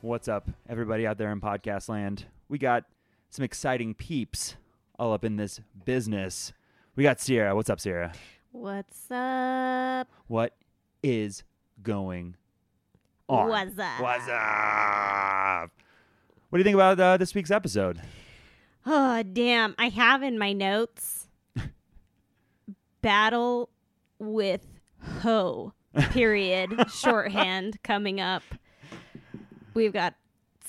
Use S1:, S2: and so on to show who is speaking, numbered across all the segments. S1: What's up, everybody out there in podcast land? We got some exciting peeps all up in this business. We got Sierra. What's up, Sierra?
S2: What's up?
S1: What is going on?
S2: What's up?
S1: What's up? What do you think about uh, this week's episode?
S2: Oh, damn. I have in my notes battle with ho, period, shorthand coming up. We've got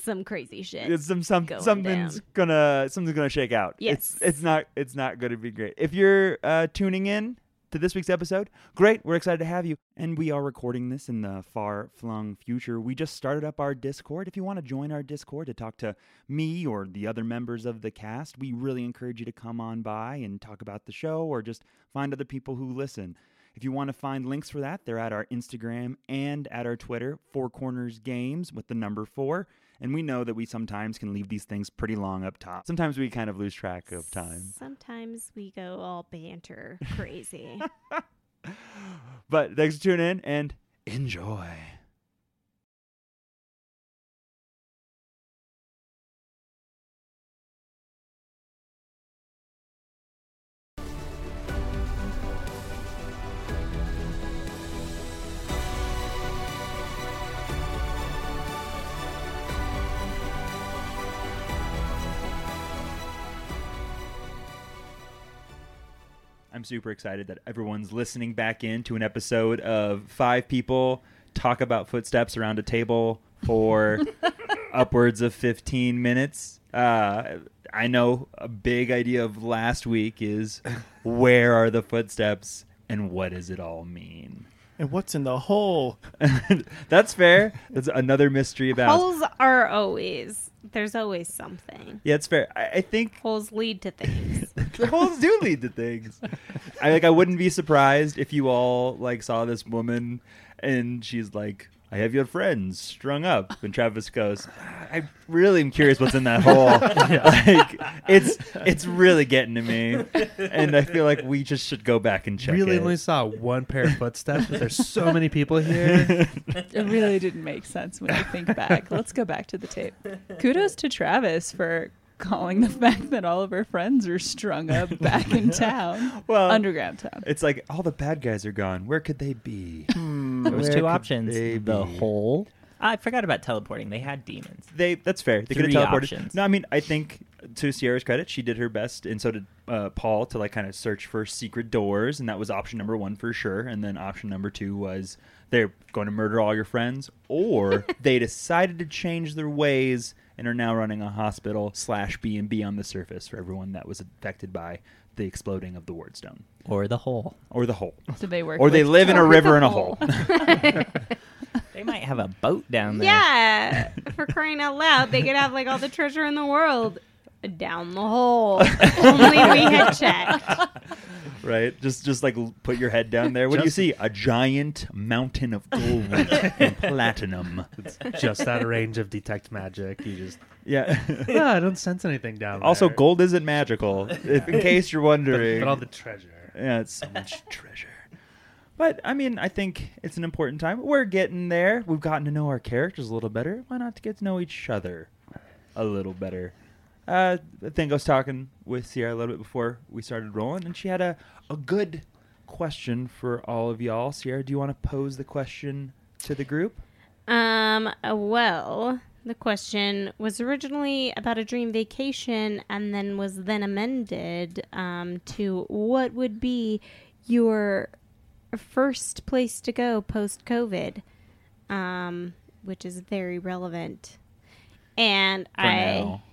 S2: some crazy shit.
S1: It's some, some
S2: Going
S1: something's
S2: down.
S1: gonna something's gonna shake out. It's
S2: Yes.
S1: it's not it's not gonna be great. If you're uh, tuning in to this week's episode, great. We're excited to have you, and we are recording this in the far flung future. We just started up our Discord. If you want to join our Discord to talk to me or the other members of the cast, we really encourage you to come on by and talk about the show, or just find other people who listen. If you want to find links for that, they're at our Instagram and at our Twitter, Four Corners Games with the number four. And we know that we sometimes can leave these things pretty long up top. Sometimes we kind of lose track of time.
S2: Sometimes we go all banter crazy.
S1: But thanks for tuning in and enjoy. I'm super excited that everyone's listening back in to an episode of five people talk about footsteps around a table for upwards of 15 minutes. Uh, I know a big idea of last week is where are the footsteps and what does it all mean?
S3: And what's in the hole?
S1: That's fair. That's another mystery about.
S2: Holes are always, there's always something.
S1: Yeah, it's fair. I, I think
S2: Holes lead to things.
S1: the holes do lead to things. I like. I wouldn't be surprised if you all like saw this woman, and she's like, "I have your friends strung up," and Travis goes, "I really am curious what's in that hole. like, it's it's really getting to me, and I feel like we just should go back and check.
S4: really
S1: it.
S4: only saw one pair of footsteps, but there's so many people here.
S5: It really didn't make sense when you think back. Let's go back to the tape. Kudos to Travis for calling the fact that all of her friends are strung up back in town,
S1: well.
S5: underground town.
S1: it's like all the bad guys are gone. Where could they be?
S6: There was
S1: Where
S6: two
S1: could
S6: options:
S1: they
S6: the
S1: be?
S6: hole. Ah, I forgot about teleporting. They had demons.
S1: they that's fair. They could
S6: Three
S1: have teleported.
S6: options.
S1: No, I mean I think to Sierra's credit, she did her best, and so did uh, Paul to like kind of search for secret doors, and that was option number one for sure. And then option number two was they're going to murder all your friends, or they decided to change their ways and are now running a hospital slash B and B on the surface for everyone that was affected by the exploding of the Wardstone
S6: Or the hole.
S1: or the hole,
S5: So they work
S1: or they
S5: with
S1: live in a
S5: Travis.
S1: river in a hole.
S6: They might have a boat down there.
S2: yeah, for crying out loud, they could have like all the treasure in the world down the hole. Only we had checked.
S1: right? Just just like l- put your head down there. What
S4: Just-
S1: do you see? A giant mountain of gold and platinum.
S4: It's just out of range of detect magic. You just
S1: Yeah.
S4: ah, I don't sense anything down there.
S1: also, gold isn't magical, if, in case you're wondering.
S4: but, but all the treasure.
S1: yeah, it's so much treasure. But I mean, I think it's an important time. We're getting there. We've gotten to know our characters a little better. Why not get to know each other a little better? Uh, I think I was talking with Sierra a little bit before we started rolling, and she had a, a good question for all of y'all. Sierra, do you want to pose the question to the group?
S2: Um, uh, well, the question was originally about a dream vacation and then was then amended um, to what would be your first place to go post COVID, um, which is very relevant. And
S1: For
S2: I,
S1: now.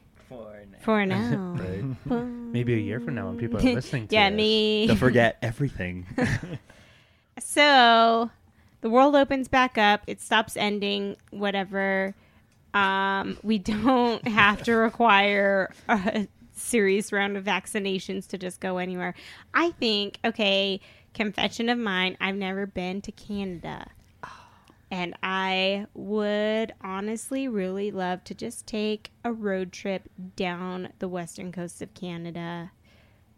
S2: for now,
S4: Maybe a year from now, when people are listening to
S2: yeah,
S4: this.
S2: me.
S1: Don't forget everything.
S2: So the world opens back up. It stops ending, whatever. Um, we don't have to require a serious round of vaccinations to just go anywhere. I think, okay, confession of mine, I've never been to Canada. And I would honestly really love to just take a road trip down the western coast of Canada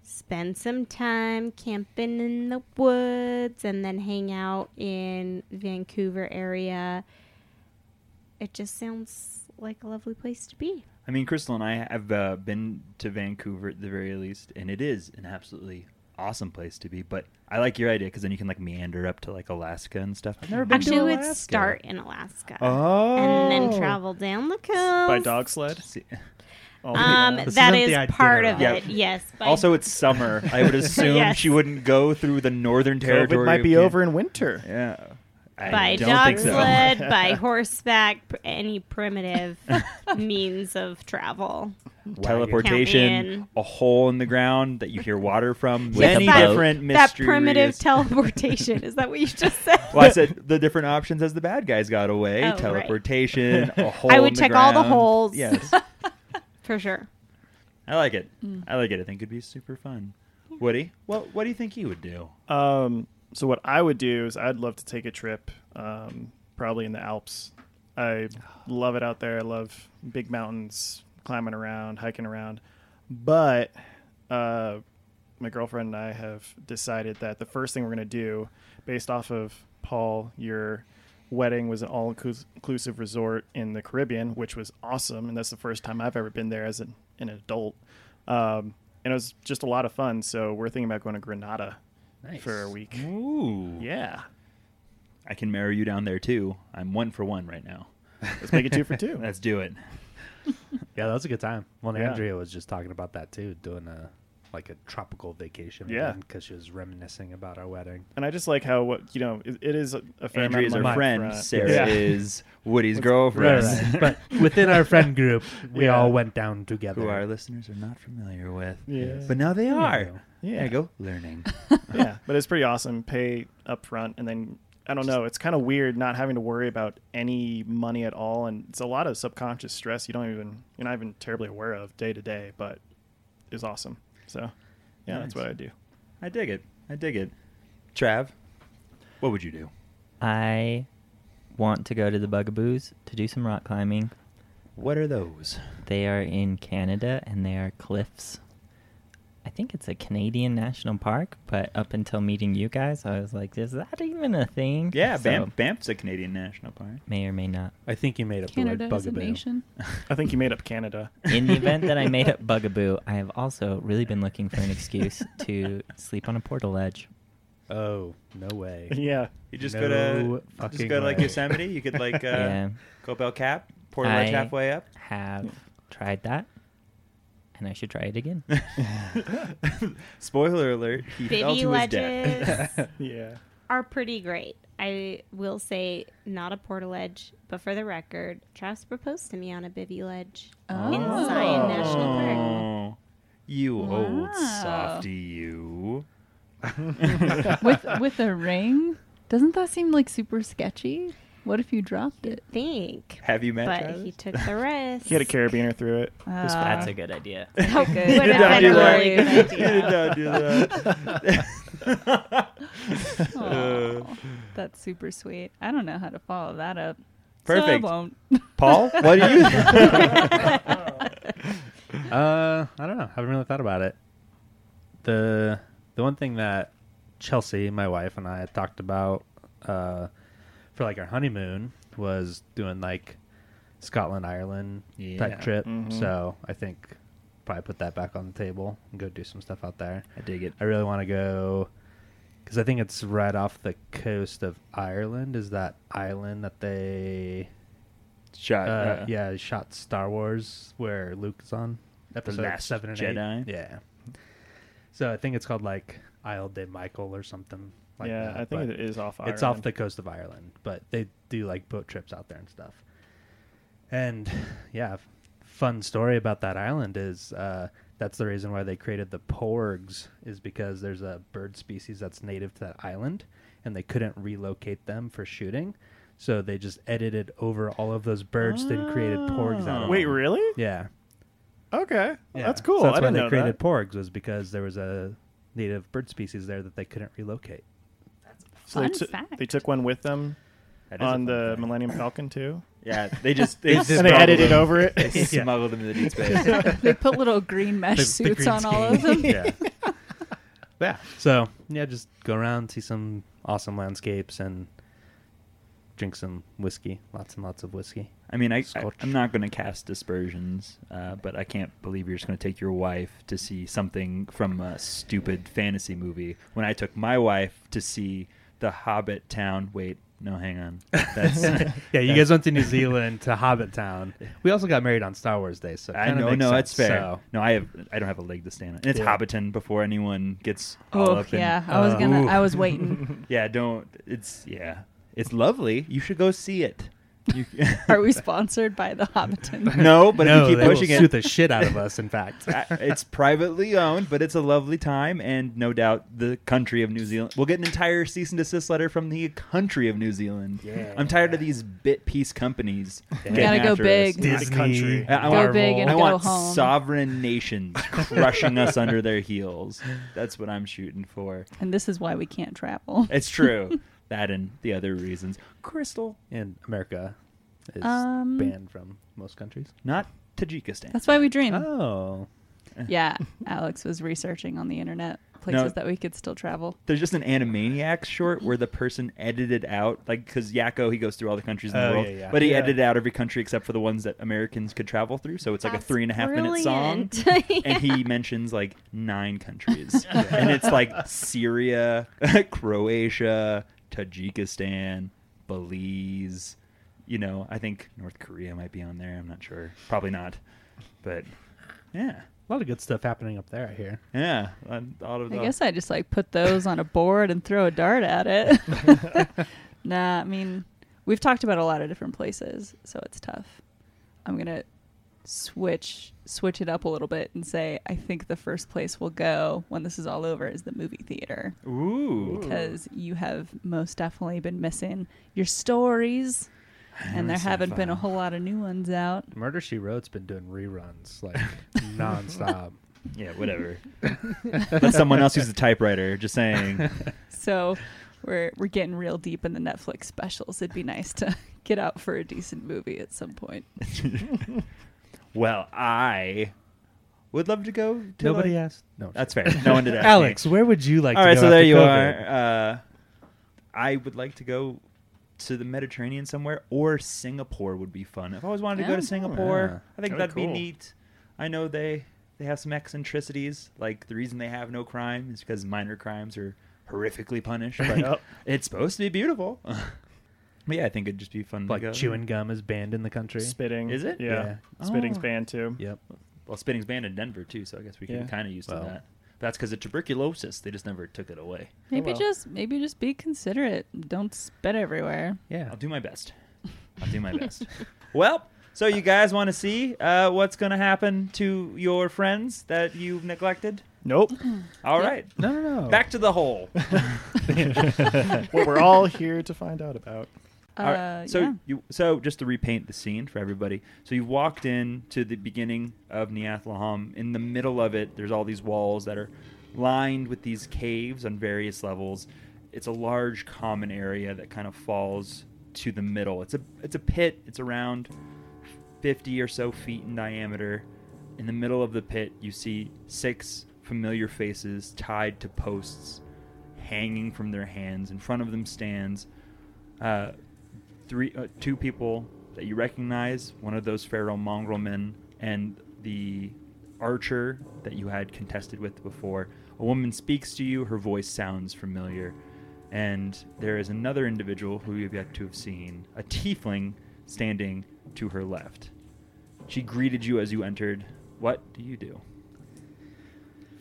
S2: spend some time camping in the woods and then hang out in Vancouver area. It just sounds like a lovely place to be.
S1: I mean, Crystal and I have uh, been to Vancouver at the very least, and it is an absolutely awesome place to be. But I like your idea because then you can like meander up to like Alaska and stuff. I've never been
S2: Actually,
S1: to
S2: we
S1: Alaska.
S2: would start in Alaska
S1: oh,
S2: and then travel down the coast.
S3: by dog sled.
S1: See-
S3: Oh,
S2: Um,
S4: This
S2: that
S4: isn't
S2: is
S4: the idea
S2: part
S4: at
S2: of
S1: all.
S2: it. Yes. by-
S1: Also, it's summer. I would assume
S2: Yes.
S1: she wouldn't go through the northern territory.
S3: COVID might
S1: of
S3: be
S1: Can-
S3: over in winter.
S1: Yeah. I
S2: by
S1: don't
S2: dog
S1: think so.
S2: sled, by horseback, pr- any primitive means of travel.
S1: Teleportation,
S2: in.
S1: a hole in the ground that you hear water from.
S6: With a
S1: many
S6: boat.
S1: different
S2: that
S1: mysteries.
S2: primitive teleportation is that what you just said?
S1: well, I said the different options as the bad guys got away.
S2: Oh, right.
S1: Teleportation, a hole.
S2: I would
S1: in the
S2: check all the
S1: ground.
S2: holes.
S1: Yes,
S2: For sure.
S1: I like it.
S2: Mm.
S1: I like it. I think it'd be super fun. Woody, what what do you think you would do?
S3: Um, so what I would do is I'd love to take a trip, um, probably in the Alps. I love it out there. I love big mountains, climbing around, hiking around. But uh, my girlfriend and I have decided that the first thing we're going to do, based off of Paul, your wedding was an all inclusive resort in the Caribbean, which was awesome. And that's the first time I've ever been there as an, an adult. Um, and it was just a lot of fun. So we're thinking about going to Granada for a week.
S1: Ooh,
S3: Yeah.
S1: I can marry you down there too. I'm one for one right now.
S3: Let's make it two for two.
S1: Let's do it.
S4: Yeah, that was a good time. Well,
S3: Yeah.
S4: Andrea was just talking about that too, doing a like a tropical vacation.
S3: Yeah.
S4: because she was reminiscing about our wedding.
S3: and I just like how what you know it, it is a a fair
S1: Andrea is
S3: amount of
S1: our
S3: money
S1: friend.
S3: upfront.
S1: Sarah
S3: uh, Yeah.
S1: is Woody's girlfriend.
S4: but within our friend group, we
S3: Yeah.
S4: all went down together.
S1: Who our listeners are not familiar with,
S3: Yeah.
S1: but now they
S4: Yeah.
S1: are.
S3: Yeah.
S1: There you go, learning.
S3: yeah, but it's pretty awesome. Pay up front and then I don't know. It's kind of weird not having to worry about any money at all, and it's a lot of subconscious stress you don't even you're not even terribly aware of day to day, but it's awesome. So yeah, that's
S1: Nice.
S3: what I do.
S1: I dig it. I dig it. Trav, what would you do?
S6: I want to go to the Bugaboos to do some rock climbing.
S1: What are those?
S6: They are in Canada and they are cliffs. I think it's a Canadian national park, but up until meeting you guys, I was like, is that even a thing?
S1: Yeah,
S6: So,
S1: Banff, Banff's a Canadian national park.
S6: May or may not.
S4: I think you made up
S5: Canada
S4: the word
S5: is a
S4: bugaboo.
S5: nation.
S3: I think you made up Canada.
S6: In the event that I made up Bugaboo, I have also really been looking for an excuse to sleep on a portal edge.
S4: Oh no way!
S3: yeah,
S1: You just
S4: No
S1: go to just
S4: fucking
S1: go to like
S4: way.
S1: Yosemite. You could like uh,
S6: Yeah.
S1: Copel Cap, Portal Edge
S6: I-
S1: halfway up.
S6: Have tried that, and I should try it again.
S1: Spoiler alert: He fell
S2: Baby
S1: to his death.
S2: ledges
S3: yeah.
S2: are pretty great. I will say not a portal edge, but for the record, Travis proposed to me on a bivy ledge in
S5: Oh.
S2: Zion National Park.
S1: Oh, You old
S5: Wow.
S1: softy, you.
S5: with with a ring. Doesn't that seem like super sketchy? What if you dropped it?
S2: Think,
S1: Have you met?
S2: but
S1: Travis?
S2: he took the risk.
S3: He had a carabiner through it.
S6: That's a good idea.
S2: Oh, good.
S5: You
S2: Would
S5: did
S2: have
S5: not
S2: been
S5: do
S2: a really good
S5: that. You
S2: idea.
S1: did not do that.
S5: Aw, that's super sweet. I don't know how to follow that up. So I
S1: Perfect.
S5: won't.
S1: Paul, what do you?
S4: Uh, I don't know. Haven't really thought about it. the The one thing that Chelsea, my wife, and I had talked about uh, for like our honeymoon was doing like Scotland, Ireland
S1: Yeah. Mm-hmm.
S4: type trip.
S3: Mhm.
S4: So I think probably put that back on the table and go do some stuff out there.
S1: I dig it.
S4: I really want to go because I think it's right off the coast of Ireland. Is that island that they
S1: Shot.
S4: uh, yeah, they shot Star Wars where Luke is on episode
S1: Last
S4: seven and
S1: Jedi?
S4: eight. Yeah. So I think it's called like Isle de Michael or something. Like
S3: yeah,
S4: that,
S3: I think
S4: but
S3: it is off.
S4: It's off the coast of Ireland, but they do like boat trips out there and stuff. And yeah, f- fun story about that island is uh, that's the reason why they created the porgs is because there's a bird species that's native to that island, and they couldn't relocate them for shooting. So they just edited over all of those birds, then created porgs out of
S3: Wait,
S4: them.
S3: really?
S4: Yeah.
S3: Okay,
S4: Yeah.
S3: that's cool.
S4: So that's
S3: I
S4: why
S3: didn't
S4: they
S3: know
S4: created
S3: that.
S4: porgs was because there was a native bird species there that they couldn't relocate.
S3: So they,
S5: Fun
S3: took-
S5: fact.
S3: they took one with them on the Millennium Falcon too,
S1: Yeah, they just they
S4: They
S1: smuggled
S3: edited
S1: them-
S3: over it.
S1: They
S4: Yeah.
S1: smuggled them into the deep space.
S5: they put little green mesh suits on all of them.
S4: yeah. yeah. So yeah, just go around, see some awesome landscapes, and drink some whiskey, lots and lots of whiskey.
S1: I mean, I, I
S4: Scotch.
S1: I'm not going to cast dispersions, uh, but I can't believe you're just going to take your wife to see something from a stupid fantasy movie when I took my wife to see the Hobbit town. Wait, no, hang on. That's
S4: yeah, you guys went to New Zealand to Hobbit Town. We also got married on Star Wars Day, so it
S1: I
S4: kinda
S1: know,
S4: makes
S1: no,
S4: sense.
S1: that's fair.
S4: So,
S1: No, I have, I don't have a leg to stand on, and it's
S4: Yeah.
S1: Hobbiton before anyone gets all
S5: Oh
S1: up. in-
S5: yeah, I was
S4: uh,
S5: gonna.
S4: ooh.
S5: I was waiting.
S1: yeah, don't. It's yeah, it's lovely. You should go see it. You,
S5: Are we sponsored by the Hobbiton?
S1: no, but if
S4: no,
S1: you keep
S4: they will
S1: pushing it,
S4: sue the shit out of us. In fact,
S1: I- it's privately owned, but it's a lovely time, and no doubt the country of New Zealand. We'll get an entire cease and desist letter from the country of New Zealand. I'm tired of these bit piece companies. getting
S5: gotta go
S1: after
S5: big.
S1: us.
S3: Disney,
S4: country.
S1: I- I
S5: Go big and
S1: I
S5: go
S1: want
S5: home.
S1: sovereign nations crushing us under their heels. That's what I'm shooting for.
S5: and this is why we can't travel.
S1: It's true. that and the other reasons. Crystal,
S4: and America is
S5: Um,
S4: banned from most countries.
S1: not Tajikistan.
S5: That's why we dream.
S1: Uh.
S4: Oh,
S5: Yeah, Alex was researching on the internet places
S1: No.
S5: that we could still travel.
S1: There's just an Animaniacs short where the person edited out, like, because Yakko, he goes through all the countries in the
S4: Oh,
S1: world,
S4: yeah, yeah.
S1: but he
S4: Yeah.
S1: edited out every country except for the ones that Americans could travel through. So it's like a
S2: That's
S1: three and a half minute song.
S2: brilliant.
S1: And he mentions like nine countries. and it's like Syria, Croatia, Tajikistan, Belize. You know, I think North Korea might be on there. I'm not sure. Probably not. But yeah.
S4: a lot of good stuff happening up there. I hear.
S1: Yeah. I, thought of
S5: I
S1: the-
S5: guess I just like put those on a board and throw a dart at it. nah, I mean, we've talked about a lot of different places, so it's tough. I'm gonna switch switch it up a little bit and say I think the first place we'll go when this is all over is the movie theater
S1: Ooh.
S5: because you have most definitely been missing your stories, and there
S1: missing
S5: haven't been a
S1: files.
S5: whole lot of new ones out.
S4: Murder She Wrote's been doing reruns like nonstop.
S1: Yeah, whatever. Let someone else use the typewriter. Just saying.
S5: So we're we're getting real deep in the Netflix specials. It'd be nice to get out for a decent movie at some point.
S1: Well, I would love to go. To
S4: Nobody
S1: like-
S4: asked. No,
S1: That's
S4: sure.
S1: fair. No one did ask. me.
S4: Alex, where would you like?
S1: All
S4: to
S1: right,
S4: go
S1: so there
S4: after
S1: you
S4: COVID?
S1: are. Uh, I would like to go to the Mediterranean somewhere, or Singapore would be fun. I've always wanted to go
S5: Yeah.
S1: to Singapore.
S4: Yeah.
S1: I think that'd
S3: That'd be
S1: be
S3: cool.
S1: neat. I know they they have some eccentricities. Like the reason they have no crime is because minor crimes are horrifically punished. But
S3: Yep.
S1: it's supposed to be beautiful. but yeah, I think it'd just be fun. to go.
S4: Like chewing gum is banned in the country.
S3: Spitting.
S1: Is it?
S3: Yeah.
S1: Yeah.
S3: Spitting's
S1: Oh.
S3: banned too.
S4: Yep.
S1: Well, spitting's banned in Denver too, so I guess we can
S3: Yeah.
S1: kind of used
S4: Well.
S1: to that. That's because of tuberculosis. They just never took it away.
S5: Maybe
S3: well.
S5: just maybe just be considerate. Don't spit everywhere.
S4: Yeah.
S1: I'll do my best. I'll do my best. well, so you guys want to see uh, what's going to happen to your friends that you've neglected?
S3: Nope.
S1: All
S5: Yeah.
S1: right,
S4: No, no, no.
S1: back to the hole.
S3: what we're all here to find out about.
S1: All right,
S5: Uh,
S1: So
S5: yeah.
S1: you so just to repaint the scene for everybody. So you walked in to the beginning of Neathlehem. In the middle of it, there's all these walls that are lined with these caves on various levels. It's a large common area that kind of falls to the middle. It's a it's a pit. It's around 50 or so feet in diameter. In the middle of the pit, you see six familiar faces tied to posts, hanging from their hands. In front of them stands uh, three, uh, two people that you recognize. One of those feral mongrel men, and the archer that you had contested with before. A woman speaks to you. Her voice sounds familiar. And there is another individual who you've yet to have seen, a tiefling standing to her left. She greeted you as you entered. What do you do?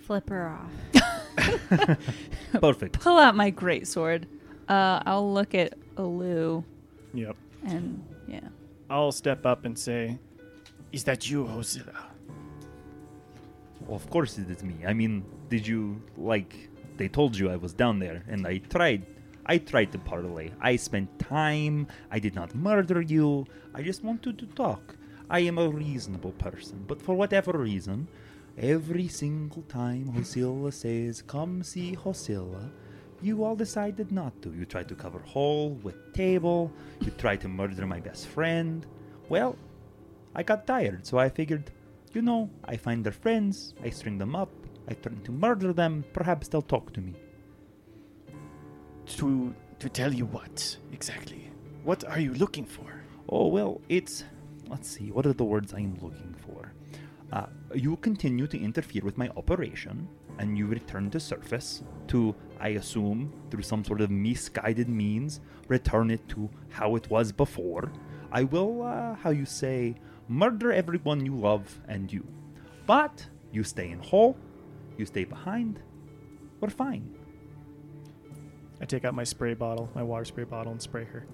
S2: Flip her off.
S1: Perfect.
S5: Pull out my great sword. Uh, I'll look at Alu
S3: Yep.
S5: and yeah.
S3: I'll step up and say, "Is that you, Hosilla?"
S1: Of course it is me. I mean, did you like they told you I was down there and I tried I tried to parlay. I spent time. I did not murder you. I just wanted to talk. I am a reasonable person, but for whatever reason, every single time Hosilla says, "Come see Hosilla," you all decided not to. You tried to cover hole with table. You tried to murder my best friend. Well, I got tired, so I figured, you know, I find their friends, I string them up, I threaten to murder them, perhaps they'll talk to me.
S3: To to tell you what exactly? What are you looking for?
S1: Oh, well, it's. Let's see, what are the words I am looking for? Uh, you continue to interfere with my operation, and you return to surface to, I assume, through some sort of misguided means, return it to how it was before. I will, uh, how you say, murder everyone you love and you. But you stay in hole, you stay behind, we're fine.
S3: I take out my spray bottle, my water spray bottle, and spray her.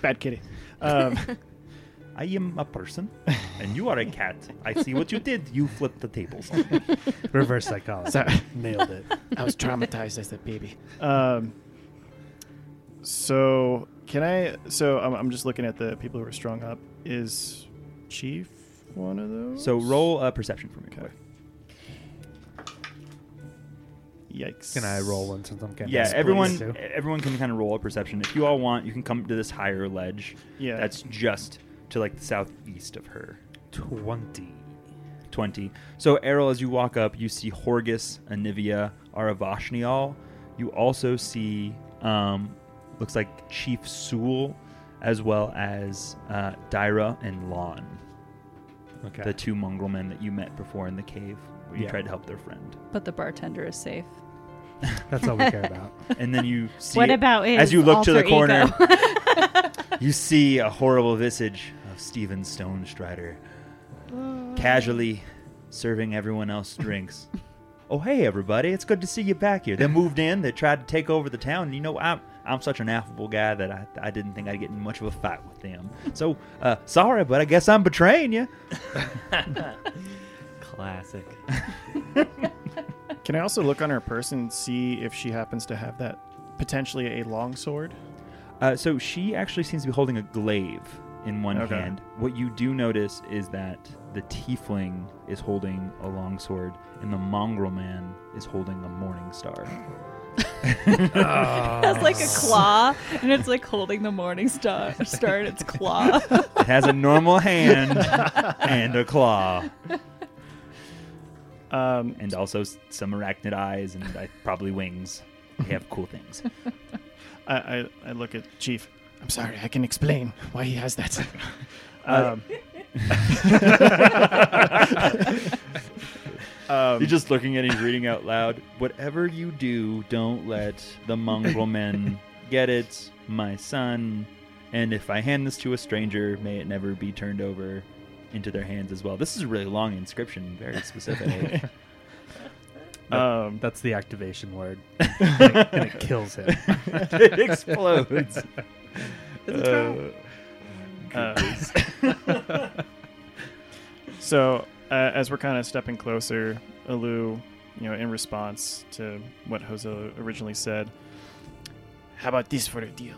S3: Bad kitty. Um,
S1: I am a person, and you are a cat. I see what you did. You flipped the tables.
S4: Reverse psychology.
S3: Sorry.
S4: Nailed it.
S3: I was traumatized as a baby. Um, so can I? So I'm, I'm just looking at the people who are strung up. Is Chief one of those?
S1: So roll a perception for me.
S3: Okay. Yikes!
S4: Can I roll one since I'm getting
S1: Yeah,
S4: split
S1: everyone,
S4: into?
S1: everyone can kind of roll a perception. If you all want, you can come to this higher ledge.
S3: Yeah.
S1: That's just to like the southeast of her.
S4: Twenty.
S1: 20. So, Errol, as you walk up, you see Horgus, Anivia, Aravashnial. You also see, um, looks like Chief Sewell, as well as uh, Dyra and Lon,
S4: Okay.
S1: the two mongrel men that you met before in the cave where you
S4: Yeah.
S1: tried to help their friend.
S5: But the bartender is safe.
S4: That's all we care about.
S1: And then you see.
S2: what about his
S1: as you look to the
S2: alter
S1: corner,
S2: ego?
S1: you see a horrible visage of Stephen Stone Strider casually serving everyone else drinks. oh, hey, everybody. It's good to see you back here. They moved in. They tried to take over the town. and You know, I'm, I'm such an affable guy that I, I didn't think I'd get in much of a fight with them. So, uh, sorry, but I guess I'm betraying you.
S6: Classic.
S3: Can I also look on her person and see if she happens to have that potentially a long sword?
S1: Uh, so she actually seems to be holding a glaive in one
S3: Okay.
S1: hand. What you do notice is that the tiefling is holding a longsword, and the mongrel man is holding a morning star.
S5: It has like a
S1: Ah.
S5: claw, and it's like holding the morning star, star in its claw.
S1: It has a normal hand and a claw,
S3: Um,
S1: and also s- some arachnid eyes and uh, probably wings. They have cool things.
S3: I, I, I look at Chief. I'm sorry, I can explain why he has that. um, um,
S1: You're just looking at it, he's reading out loud. Whatever you do, don't let the mongrel men get it, my son. And if I hand this to a stranger, may it never be turned over into their hands as well. This is a really long inscription, very specific.
S3: um,
S4: That's the activation word, and it, and it kills him.
S1: it explodes. Uh,
S3: Uh, so uh, as we're kind of stepping closer, Alu, you know, in response to what Jose originally said, how about this for a deal?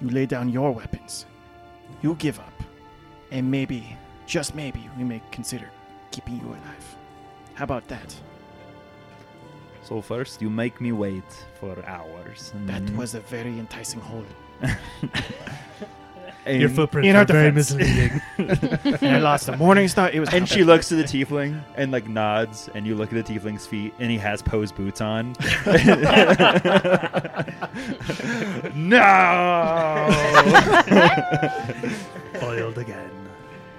S3: You lay down your weapons, you give up, and maybe, just maybe, we may consider keeping you alive. How about that?
S1: So first, you make me wait for hours. Mm. and
S3: That
S1: then-
S3: was a very enticing hold.
S4: Your
S1: and-
S4: footprints
S3: in our
S4: are very
S3: defense.
S4: misleading.
S3: and I lost the morning star. It was
S1: And she looks to the tiefling and like nods, and you look at the tiefling's feet, and he has pose boots on. no!
S4: Foiled again.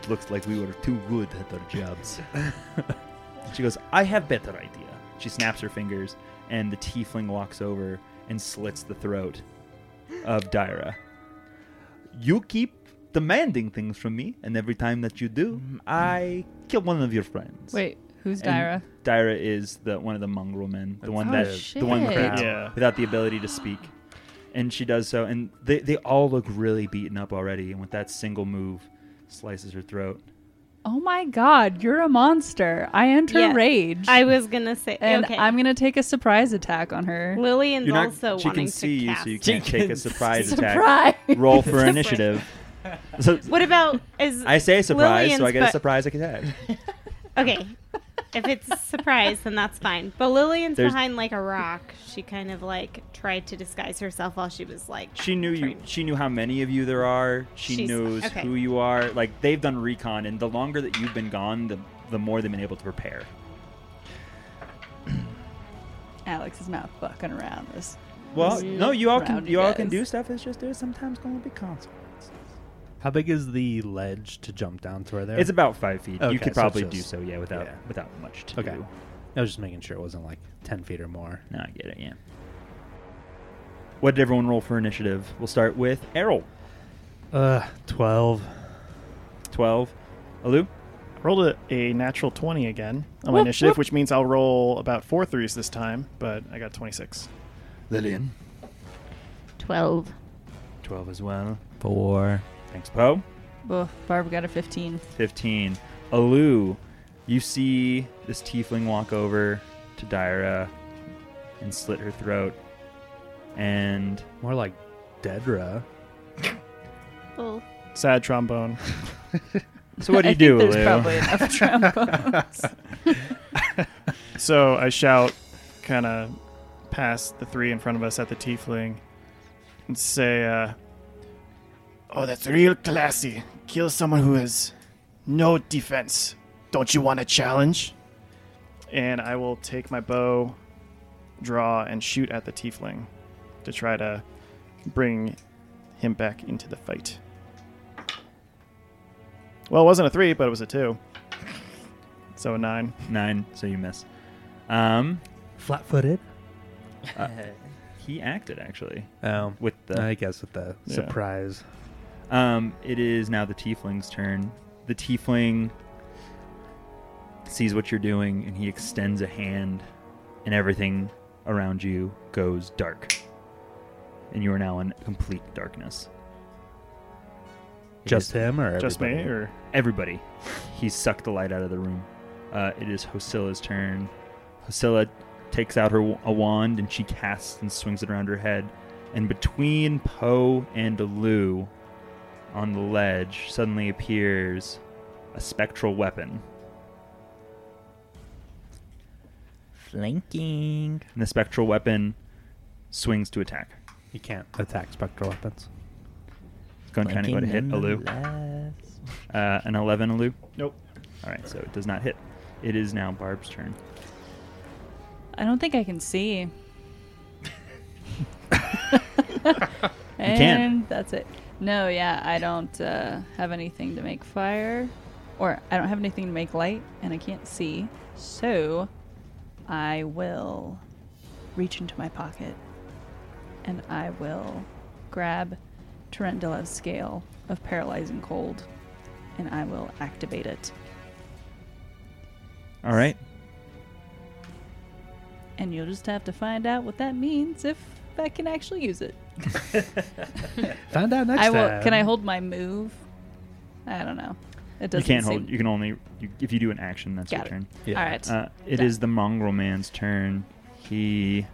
S1: Looks like we were too good at our jobs. she goes, I have better idea. She snaps her fingers, and the tiefling walks over and slits the throat of Dyra. You keep demanding things from me, and every time that you do, I kill one of your friends.
S5: Wait, who's Dyra?
S1: And Dyra is the one of the mongrel men, the one
S5: Oh,
S1: that the one
S5: shit.
S1: without,
S3: Yeah.
S1: without the ability to speak. And she does so, and they, they all look really beaten up already. And with that single move, slices her throat.
S5: Oh my god, you're a monster. I enter
S2: Yeah.
S5: rage.
S2: I was gonna say,
S5: and
S2: okay.
S5: I'm gonna take a surprise attack on her.
S2: Lillian's
S1: You're not-
S2: also
S1: she
S2: wanting
S1: can see
S2: to
S1: you,
S2: cast.
S1: so you can't take a
S6: Jenkins.
S1: surprise attack.
S5: Surprise!
S1: Roll for initiative. So
S2: What about is
S1: I say surprise, so
S2: Lillian's,
S1: I get a
S2: but-
S1: surprise attack.
S2: okay? If it's a surprise, then that's fine. But Lillian's
S1: There's-
S2: behind like a rock. She kind of like tried to disguise herself while she was like.
S1: She knew you.
S2: trying-
S1: She knew how many of you there are. She
S2: She's-
S1: knows
S2: okay.
S1: who you are. Like they've done recon, and the longer that you've been gone, the the more they've been able to prepare.
S5: Alex is not fucking around. This
S1: Well,
S5: Mm.
S1: no, you all can
S5: Round
S1: you all can
S5: guys.
S1: do stuff. It's just there's sometimes going to be consequences.
S4: How big is the ledge to jump down to where there?
S1: It's about five feet.
S4: Okay,
S1: you could
S4: so
S1: probably
S4: it's
S1: do
S4: just-
S1: so, yeah, without
S4: yeah.
S1: without much to
S4: Okay.
S1: do.
S4: I was just making sure it wasn't like ten feet or more.
S1: No, I get it. Yeah. What did everyone roll for initiative? We'll start with Errol.
S4: Uh, twelve.
S1: Twelve. Alu.
S3: Rolled a, a natural 20 again on my
S5: Whoop,
S3: initiative,
S5: whoop.
S3: which means I'll roll about four threes this time, but I got 26.
S1: Lillian.
S2: 12.
S1: Twelve as well.
S6: Four.
S1: Thanks, Poe.
S5: Boof, Barb got a 15.
S1: 15. Alu, you see this tiefling walk over to Dyra and slit her throat. And
S4: More like Dedra.
S2: Oh.
S3: Sad trombone.
S1: so, what do you
S5: I
S1: do,
S5: think there's
S1: Alu?
S5: probably enough trombones.
S3: So I shout kind of past the three in front of us at the tiefling and say, uh, Oh, that's real classy. Kill someone who has no defense. Don't you want a challenge? And I will take my bow, draw, and shoot at the tiefling to try to bring him back into the fight. Well, it wasn't a three, but it was a two. So a nine.
S1: Nine, so you miss. Um,
S4: Flat-footed.
S1: uh, he acted, actually,
S4: Oh,
S1: with the
S4: I guess with the
S3: Yeah.
S4: surprise.
S1: Um, it is now the tiefling's turn. The tiefling sees what you're doing and he extends a hand, and everything around you goes dark. And you are now in complete darkness.
S4: Just
S1: It is-
S4: him or
S3: Just me,
S4: everybody?
S3: or
S1: everybody. He sucked the light out of the room. Uh, it is Hosilla's turn. Hosilla takes out her w- a wand and she casts and swings it around her head. And between Poe and Lou on the ledge suddenly appears a spectral weapon.
S6: Flanking.
S1: And the spectral weapon swings to attack.
S4: you can't attack spectral weapons.
S1: It's going trying to go to hit
S6: Flanking
S1: Alu.
S6: nonetheless.
S1: Uh, an 11 Alu.
S3: Nope.
S1: All right, so it does not hit. It is now Barb's turn.
S5: I don't think I can see. and
S1: can.
S5: that's it. No, yeah, I don't uh, have anything to make fire, or I don't have anything to make light, and I can't see. So I will reach into my pocket and I will grab Tarendula's scale of paralyzing cold and I will activate it.
S1: All right.
S5: And you'll just have to find out what that means if I can actually use it.
S4: Find out next
S5: I will.
S4: time.
S5: Can I hold my move? I don't know. It
S1: You
S5: doesn't.
S1: can't
S5: seem,
S1: hold. You can only you, if you do an action. That's
S5: Got
S1: your
S5: it.
S1: turn.
S4: Yeah.
S5: All right.
S1: Uh, it is
S5: Yeah.
S1: the mongrel man's turn. He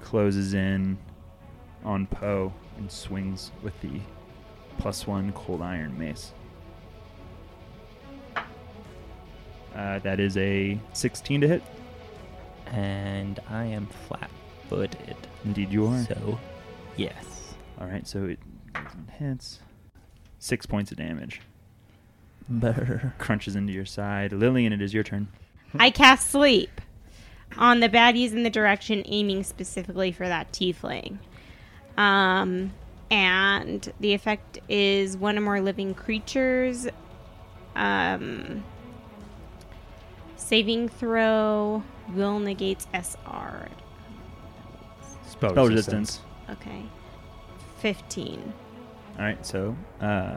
S1: closes in on Poe and swings with the plus one cold iron mace. Uh, that is a 16 to hit.
S6: And I am flat footed.
S1: Indeed, you are.
S6: So, yes.
S1: All right, so it hits. Six points of damage.
S6: Brr.
S1: Crunches into your side. Lillian, it is your turn.
S2: I cast sleep on the baddies in the direction aiming specifically for that tiefling. Um, and the effect is one or more living creatures. Um, saving throw will negates SR.
S4: Spell,
S1: Spell
S4: resistance.
S1: resistance.
S2: Okay. 15.
S1: All right, so uh,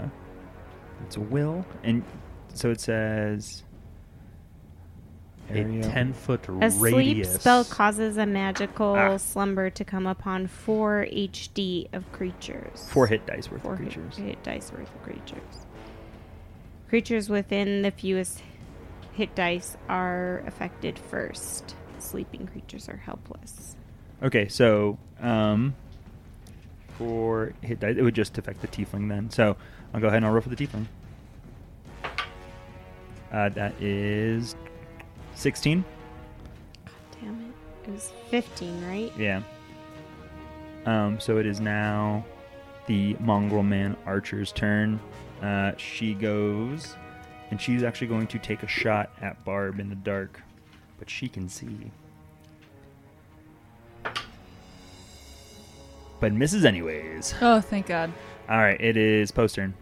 S1: it's a will, and so it says
S4: A
S1: area-
S4: ten foot
S2: A
S4: radius.
S2: sleep spell causes a magical
S1: Ah.
S2: slumber to come upon 4 HD of creatures.
S1: four hit dice worth
S2: four
S1: of creatures.
S2: hit, hit dice worth of creatures. Creatures within the fewest hit dice are affected first. Sleeping creatures are helpless.
S1: Okay, so um, four hit dice. It would just affect the tiefling then. So I'll go ahead and I'll roll for the tiefling. Uh, that is sixteen.
S2: Damn it. It was 15, right?
S1: Yeah. Um, so it is now the mongrel man archer's turn. Uh, she goes, and she's actually going to take a shot at Barb in the dark, but she can see. But misses anyways.
S5: Oh, thank God.
S1: All right, it is post turn.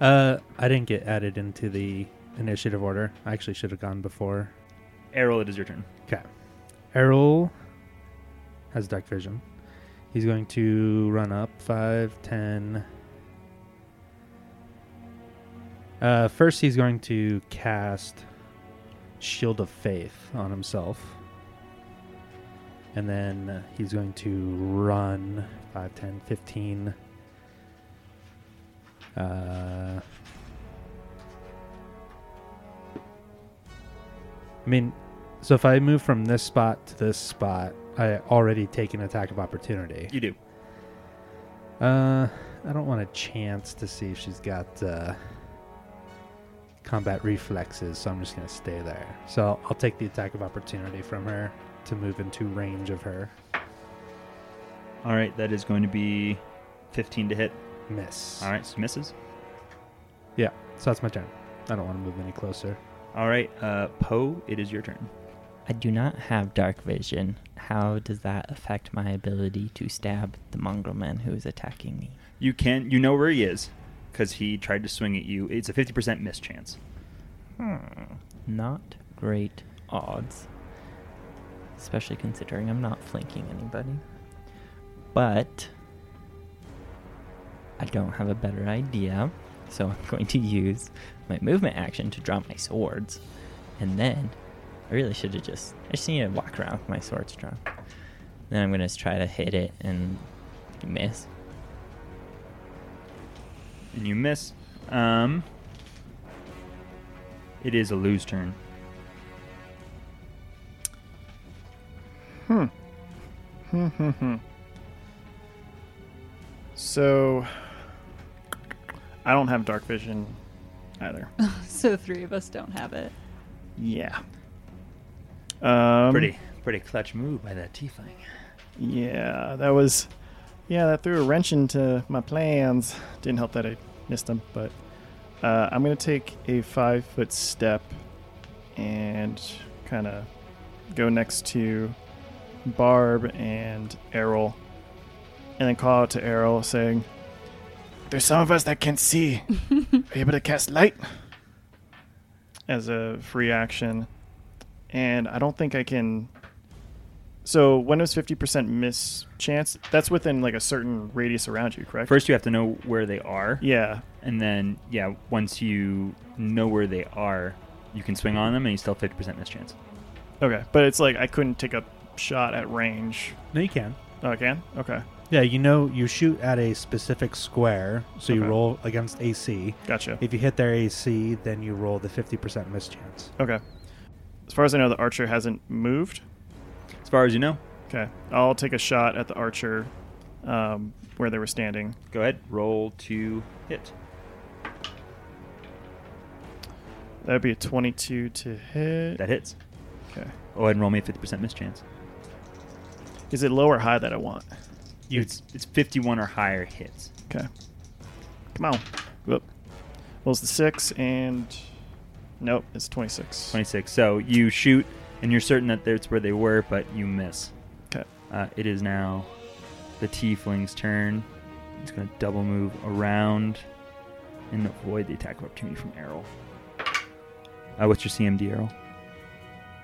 S4: Uh, I didn't get added into the initiative order. I actually should have gone before.
S1: Errol, it is your turn.
S4: Okay. Errol has dark vision. He's going to run up 5, 10. Uh, first, he's going to cast Shield of Faith on himself. And then uh, he's going to run 5, 10, 15. Uh, I mean, so if I move from this spot to this spot, I already take an attack of opportunity.
S1: You do.
S4: Uh, I don't want a chance to see if she's got uh, combat reflexes, so I'm just gonna stay there. So I'll take the attack of opportunity from her to move into range of her.
S1: All right, that is going to be 15 to hit.
S4: Miss.
S1: All right, so misses.
S4: Yeah. So that's my turn. I don't want to move any closer.
S1: All right, uh, Poe, it is your turn.
S6: I do not have dark vision. How does that affect my ability to stab the mongrel man who is attacking me?
S1: You can you know where he is because he tried to swing at you. It's a 50% miss chance.
S6: Hmm. Not great odds. Especially considering I'm not flanking anybody. But I don't have a better idea, so I'm going to use my movement action to draw my swords. And then I really should have just I just need to walk around with my swords drawn. Then I'm gonna try to hit it and miss.
S1: And you miss. Um, it is a lose turn.
S3: Hmm. Hmm. Hmm. Hmm. So, I don't have dark vision either.
S5: so the three of us don't have it.
S3: yeah. Um,
S1: pretty pretty clutch move by that tiefling.
S3: Yeah, that was. Yeah, that threw a wrench into my plans. Didn't help that I missed them, but uh, I'm gonna take a five foot step and kind of go next to Barb and Errol, and then call out to Errol saying, "There's some of us that can see. Are you able to cast light?" As a free action, and I don't think I can so when it was fifty percent miss chance, that's within like a certain radius around you, correct?
S1: First, you have to know where they are,
S3: yeah,
S1: and then yeah, once you know where they are, you can swing on them, and you still have 50% miss chance.
S3: okay, but it's like I couldn't take a shot at range.
S4: No, you can.
S3: Oh, I can. Okay,
S4: Yeah, you know, you shoot at a specific square, so you
S3: Okay.
S4: roll against AC.
S3: gotcha.
S4: If you hit their AC, then you roll the 50% miss chance.
S3: Okay. As far as I know, the archer hasn't moved.
S1: As far as you know,
S3: Okay, I'll take a shot at the archer um, where they were standing.
S1: go ahead, roll to hit.
S3: That'd be a twenty-two to hit.
S1: That hits.
S3: Okay,
S1: Go ahead and roll me a 50% miss chance.
S3: is it low or high that I want?
S4: You-
S1: it's it's 51 or higher hits.
S3: Okay, come on. Whoop. Well, it's the six and nope, it's twenty-six.
S1: 26. So you shoot, and you're certain that that's where they were, but you miss.
S3: 'Kay.
S1: Uh, it is now the Tiefling's turn. It's going to double move around and avoid the attack of opportunity from Errol. Uh, what's your CMD, Errol?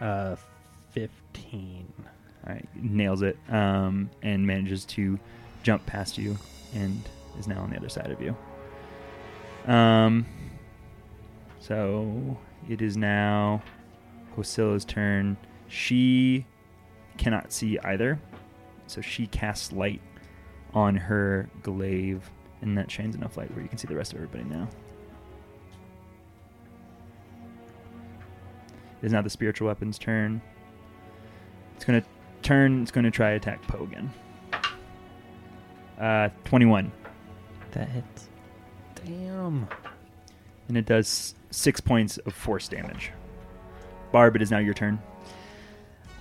S4: Uh, 15.
S1: All right, nails it um, and manages to jump past you and is now on the other side of you. Um, so it is now Hosilla's turn. She cannot see either, so she casts light on her glaive, and that shines enough light where you can see the rest of everybody now. It is now the spiritual weapon's turn. It's gonna turn. It's gonna try attack Poe again. Uh, twenty-one,
S6: That hits.
S4: Damn.
S1: and it does six points of force damage. Barb, it is now your turn.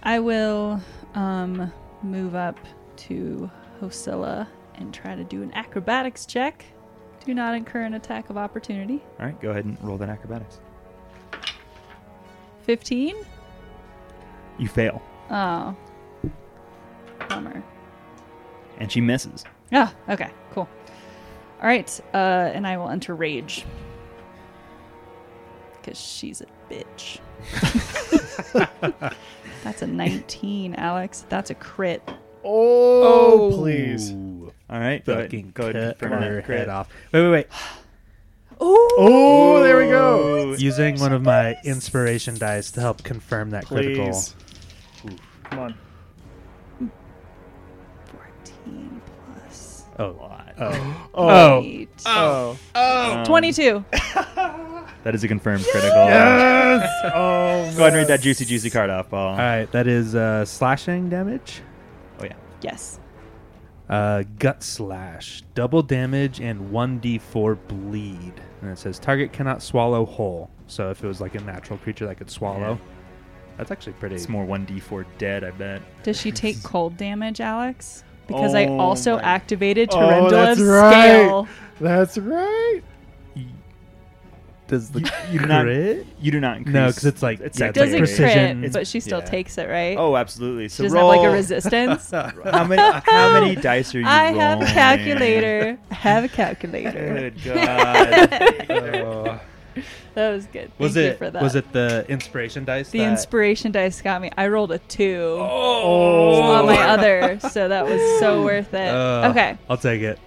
S5: I will um, move up to Hosilla and try to do an acrobatics check. Do not incur an attack of opportunity.
S1: All right, go ahead and roll that acrobatics.
S5: 15?
S1: You fail,
S5: Oh. Bummer.
S1: and she misses.
S5: Ah, okay, cool. All right, uh, and I will enter rage. because she's a bitch. That's a 19, Alex. That's a crit.
S3: Oh, please.
S4: Ooh,
S1: All right. Go
S4: fucking
S1: ahead. Go ahead.
S4: cut
S1: Bring on
S4: her
S1: that crit.
S4: head off. Wait, wait, wait.
S3: Oh, there we go.
S4: Using one of my inspiration dice to help confirm that critical.
S3: Please. Come on.
S5: 14 plus
S4: Oh, oh,
S3: Oh.
S5: 8.
S3: Oh.
S1: Um,
S5: 22.
S1: That is a confirmed critical.
S3: Yes. Oh.
S1: Go ahead and read that juicy, juicy card off, Paul.
S4: all right. That is uh, slashing damage.
S1: Oh, yeah.
S5: yes.
S4: Uh, gut slash, double damage, and 1d4 bleed. And it says target cannot swallow whole. So if it was like a natural creature that could swallow, that's actually pretty.
S1: It's more 1d4 dead, I bet.
S5: Does she take cold damage, Alex? Because I
S3: Oh
S5: also
S3: my-
S5: activated
S3: Oh,
S5: Tarendula's
S3: that's right.
S5: scale.
S3: That's right.
S4: Does the
S1: you do not- You do not increase.
S4: No, because it's like
S1: It's
S4: yeah,
S1: like
S4: it's
S1: That's
S5: Doesn't
S4: like
S1: great.
S4: precision.
S5: crit, but she still
S1: yeah.
S5: takes it, right?
S1: Oh, absolutely. So
S5: she doesn't
S1: roll.
S4: Oh.
S5: have like a resistance.
S1: how many how many dice are you
S5: I have a
S1: rolling?
S5: calculator. I have a calculator.
S1: Good God.
S4: Oh.
S5: That was good.
S4: was
S5: Thank you
S4: it
S5: for that.
S4: was it the inspiration dice?
S5: the
S4: that-
S5: inspiration dice got me? I rolled a two
S4: Oh,
S5: on my other, so that was so worth it.
S4: Uh,
S5: okay,
S4: I'll take it.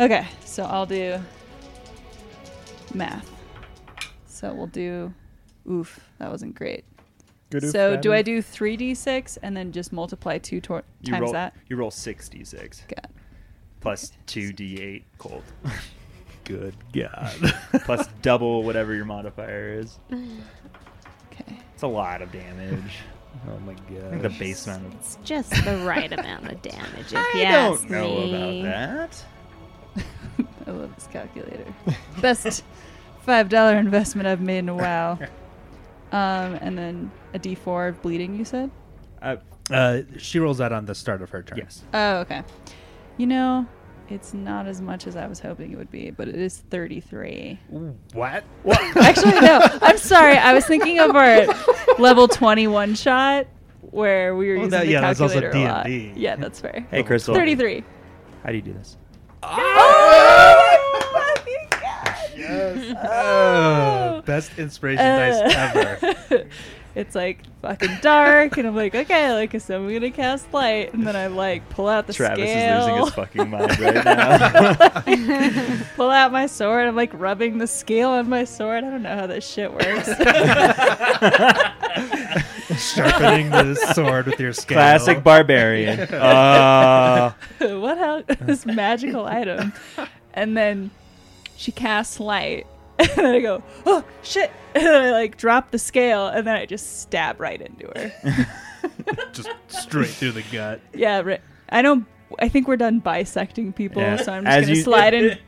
S5: okay. So I'll do math. So we'll do. Oof, that wasn't great.
S3: Good
S5: so do I do three d six and then just multiply two tor-
S1: you
S5: times
S1: roll
S5: that?
S1: you roll 66
S5: God.
S1: plus 2d8 cold
S4: Good God.
S1: plus double whatever your modifier is.
S5: Okay.
S1: It's a lot of damage.
S4: oh my
S1: I think the
S4: God.
S1: base amount of
S2: It's just the right amount of damage. If you
S1: I
S2: ask
S1: don't know
S2: me.
S1: about that.
S5: I love this calculator. Best five dollar investment I've made in a while. Um, and then a D four of bleeding. You said.
S1: Uh,
S4: Uh, she rolls out on the start of her turn.
S1: yes.
S5: Oh, okay. You know, it's not as much as I was hoping it would be, but it is thirty three.
S4: What?
S5: Actually, no. I'm sorry. I was thinking of our level twenty one shot where we were
S4: Well,
S5: using
S4: Oh, that-
S5: the
S4: yeah, that's also
S5: calculator a lot.
S4: D&D.
S5: Yeah, that's fair.
S1: Hey Crystal.
S5: Thirty three.
S1: How do you do this?
S4: Ah!
S5: Oh,
S4: Oh, best inspiration dice ever.
S5: Uh, it's like fucking dark, and I'm like, okay, like so I'm gonna cast light, and then I like pull out the
S1: Travis is
S5: scale,
S1: losing his fucking mind right now.
S5: pull out my sword, I'm like rubbing the scale on my sword. I don't know how this shit works.
S4: Sharpening the sword with your scale.
S1: Classic barbarian. Uh,
S5: what hell this magical item? And then she casts light, and then I go, oh shit, and then I like drop the scale, and then I just stab right into her.
S4: Just straight through the gut.
S5: Yeah, ri I don't. I think we're done bisecting people,
S1: Yeah.
S5: so I'm just
S1: As
S5: gonna
S1: you-
S5: slide in,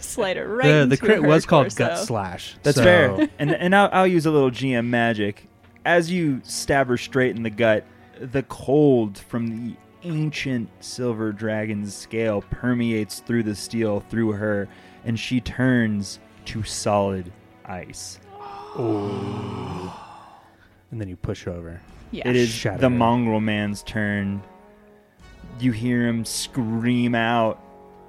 S5: slide it right.
S4: the
S5: into
S4: the crit
S5: her
S4: was called
S5: torso.
S4: gut slash.
S1: That's
S4: so-
S1: fair. And and I'll, I'll use a little GM magic. As you stab her straight in the gut, the cold from the ancient silver dragon's scale permeates through the steel through her, and she turns to solid ice.
S4: And then you push over.
S5: Yeah.
S1: It is
S4: Shatter
S1: the
S4: her.
S1: mongrel man's turn. You hear him scream out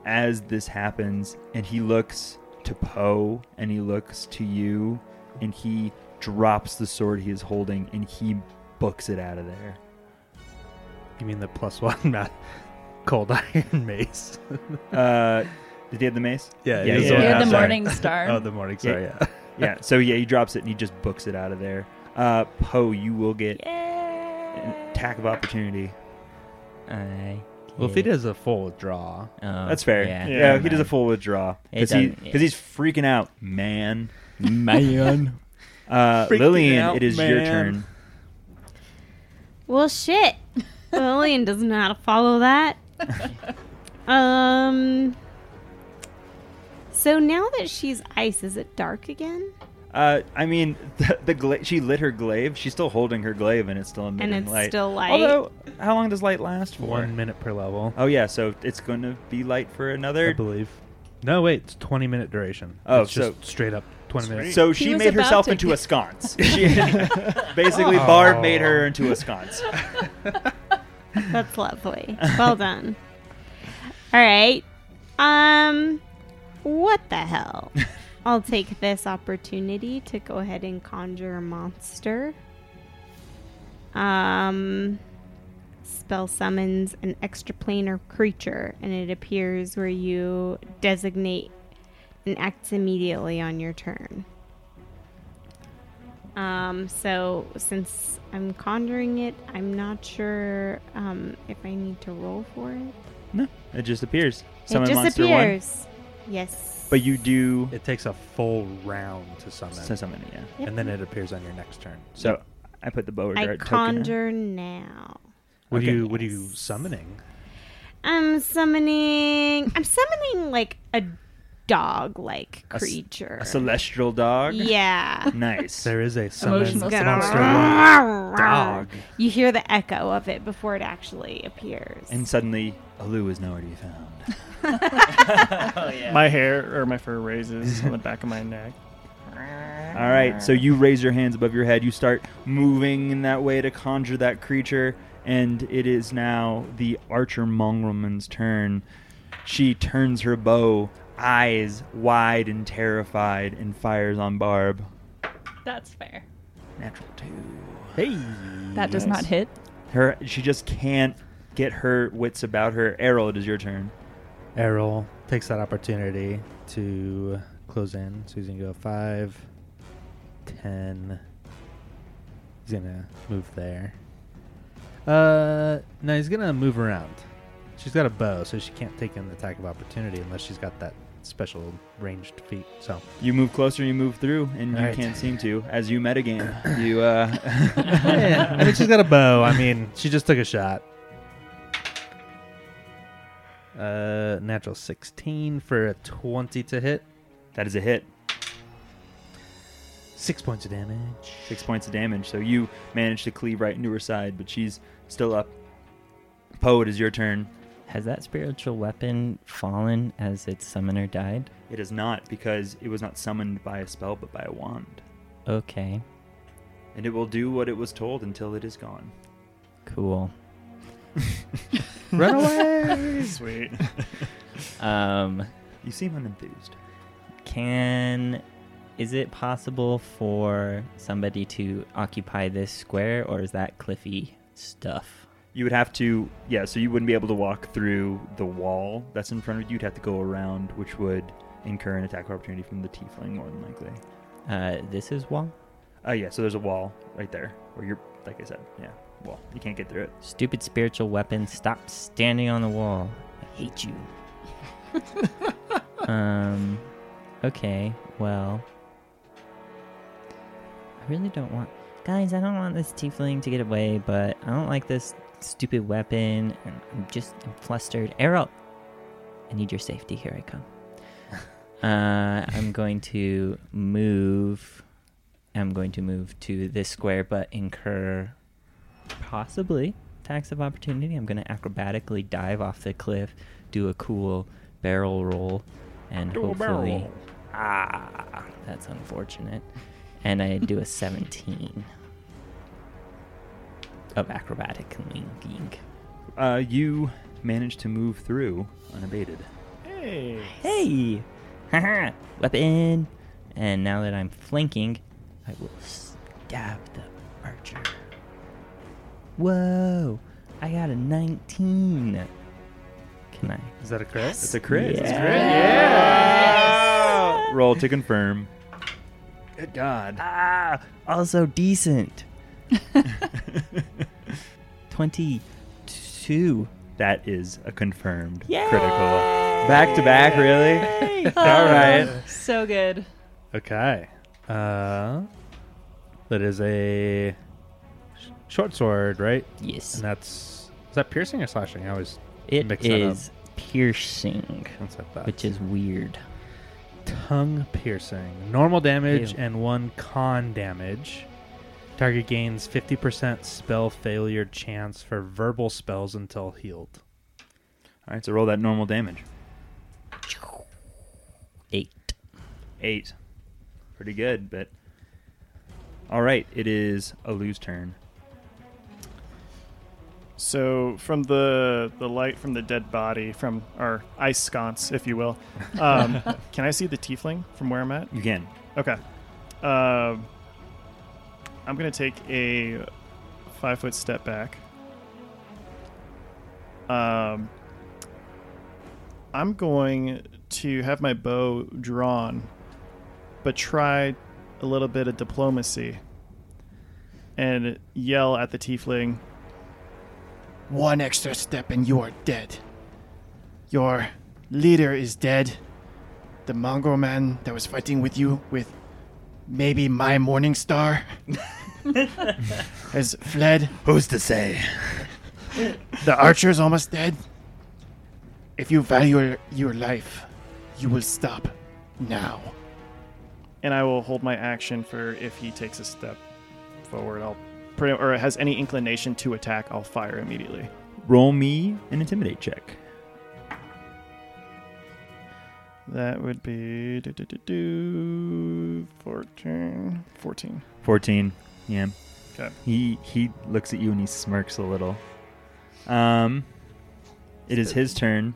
S1: as this happens, and he looks to Poe and he looks to you, and he drops the sword he is holding and he books it out of there.
S4: You mean the plus one ma- cold iron mace?
S1: Uh, did he have the mace?
S4: Yeah,
S1: Yeah,
S4: it is
S1: yeah,
S4: the
S5: You
S4: one-
S1: yeah.
S5: had
S4: I'm
S5: the
S4: sorry.
S5: morning star.
S4: Oh, the morning star. Yeah.
S1: yeah. So yeah, he drops it and he just books it out of there. Uh, Poe, you will get an attack of opportunity.
S6: I
S4: Well, if he does a full draw,
S6: Oh,
S1: That's fair.
S6: Yeah,
S1: Yeah,
S3: Yeah,
S1: he does a full withdraw
S6: It
S1: because he
S6: doesn't- yeah.
S1: because he's freaking out, man.
S6: man.
S1: Uh,
S4: Freaking
S1: Lillian,
S4: out,
S1: it is your
S4: man.
S1: turn.
S2: Well, shit. Lillian doesn't know how to follow that. um. So now that she's ice, is it dark again?
S1: Uh, I mean, the, the gla- she lit her glaive. She's still holding her glaive, and it's still emitting
S2: And it's
S1: light.
S2: still light.
S1: Although, how long does light last for?
S4: one minute per level,
S1: Oh yeah, so it's going to be light for
S4: I
S1: another.
S4: believe. No, wait, it's twenty minute duration.
S1: Oh,
S4: it's just straight up twenty minutes.
S1: So
S5: He
S1: she
S5: was
S1: made
S5: about
S1: herself
S5: to
S1: into
S5: get-
S1: a sconce. She, basically, Barb made her
S4: Oh.
S1: into a sconce.
S2: That's lovely. Well done. All right. Um, what the hell? I'll take this opportunity to go ahead and conjure a monster. Um, spell summons an extraplanar creature, and it appears where you designate and acts immediately on your turn. Um, so since I'm conjuring it, I'm not sure um, if I need to roll for it.
S1: No, it just appears.
S2: it
S1: Summon
S2: just
S1: monster one,
S2: appears. Yes.
S1: but you do
S4: It takes a full round to summon,
S1: so summon it. Yeah.
S2: Yep.
S4: and then it appears on your next turn.
S1: So I put the Beauregard token.
S2: I
S1: in.
S2: conjure now.
S4: what
S1: okay.
S4: are you what are you summoning?
S2: I'm summoning. I'm summoning like a dog-like
S1: A s-
S2: creature.
S1: A celestial dog.
S2: Yeah.
S1: Nice.
S4: There is a summon
S5: Emotional
S4: monster.
S5: support.
S4: one. dog.
S2: You hear the echo of it before it actually appears.
S1: And suddenly, Alu is nowhere to be found.
S3: My hair or my fur raises on the back of my neck.
S1: All right, so you raise your hands above your head. You start moving in that way to conjure that creature, and it is now the archer mongrelman's turn. She turns her bow, eyes wide and terrified, and fires on Barb.
S5: That's fair.
S1: Natural two.
S4: Hey,
S5: That does not hit.
S1: Her, she just can't get her wits about her. Errol, it is your turn.
S4: Errol takes that opportunity to close in. So he's gonna go five, ten. He's gonna move there. Uh, no, he's gonna move around. She's got a bow, so she can't take an attack of opportunity unless she's got that special ranged feat. So
S1: You move closer, you move through, and you
S4: All right.
S1: can't seem to. As you metagame, you uh,
S4: yeah, I mean, she's got a bow. I mean, she just took a shot. Uh, natural 16 for a 20 to hit.
S1: that is a hit.
S4: Six points of damage.
S1: six points of damage. So you manage to cleave right into her side, but she's still up. Poe, it is your turn.
S6: Has that spiritual weapon fallen as its summoner died?
S1: It is not because it was not summoned by a spell, but by a wand,
S6: Okay,
S1: and it will do what it was told until it is gone.
S6: cool.
S4: Run away!
S3: Sweet.
S6: Um,
S1: You seem unenthused.
S6: can is it possible for somebody to occupy this square, or is that cliffy stuff?
S1: You would have to, yeah. So you wouldn't be able to walk through the wall that's in front of you. You'd have to go around, which would incur an attack of opportunity from the tiefling more than likely.
S6: Uh, this is wall.
S1: Uh, yeah. So there's a wall right there where you're, like I said, yeah, wall. You can't get through it.
S6: Stupid spiritual weapon, stop standing on the wall. I hate you. um, okay, well. I really don't want. Guys, I don't want this tiefling to get away, but I don't like this stupid weapon, and I'm just I'm flustered. Errol! I need your safety. Here I come. uh, I'm going to move. I'm going to move to this square, but incur possibly tax of opportunity. I'm going to acrobatically dive off the cliff, do a cool barrel roll, and
S4: Do a barrel
S6: hopefully.
S4: roll.
S6: Ah, that's unfortunate. And I do a 17 of acrobatic linking.
S1: Uh, you manage to move through unabated.
S3: Hey.
S6: Hey! Haha! Weapon! And now that I'm flanking, I will stab the archer. Whoa! I got a 19! Can I?
S4: Is that a crit?
S1: It's a crit. It's a crit.
S6: Yeah.
S1: Roll to confirm. Good God.
S6: Ah! Also decent! 22.
S1: That is a confirmed
S6: Yay!
S1: critical. Back to back, really? All right.
S5: So good.
S4: Okay. Uh, that is a sh- short sword, right?
S6: Yes.
S4: And that's is that piercing or slashing? I always
S6: It
S4: mix that up.
S6: is piercing,
S4: What's that thought?
S6: which is weird.
S4: tongue piercing. Normal damage
S6: Ew.
S4: and one con damage. Target gains 50% spell failure chance for verbal spells until healed.
S1: All right, so roll that normal damage.
S6: Eight.
S1: Eight. Pretty good, but. All right, it is a lose turn.
S3: So from the the light from the dead body, from our ice sconce, if you will, um, can I see the tiefling from where I'm at?
S1: You can.
S3: Okay. Um, I'm gonna take a five foot step back. Um, I'm going to have my bow drawn, but try a little bit of diplomacy and yell at the tiefling. One extra step and you are dead. Your leader is dead. The Mongol man that was fighting with you with maybe my morning star has fled.
S1: Who's to say?
S3: The archer's almost dead. If you value your, your life, you will stop now. And I will hold my action for if he takes a step forward. I'll pretty, or has any inclination to attack. I'll fire immediately.
S1: Roll me an intimidate check.
S3: That would be do, do, do, do, 14. 14.
S1: 14. Yeah.
S3: Okay.
S1: He he looks at you and he smirks a little. Um it is his turn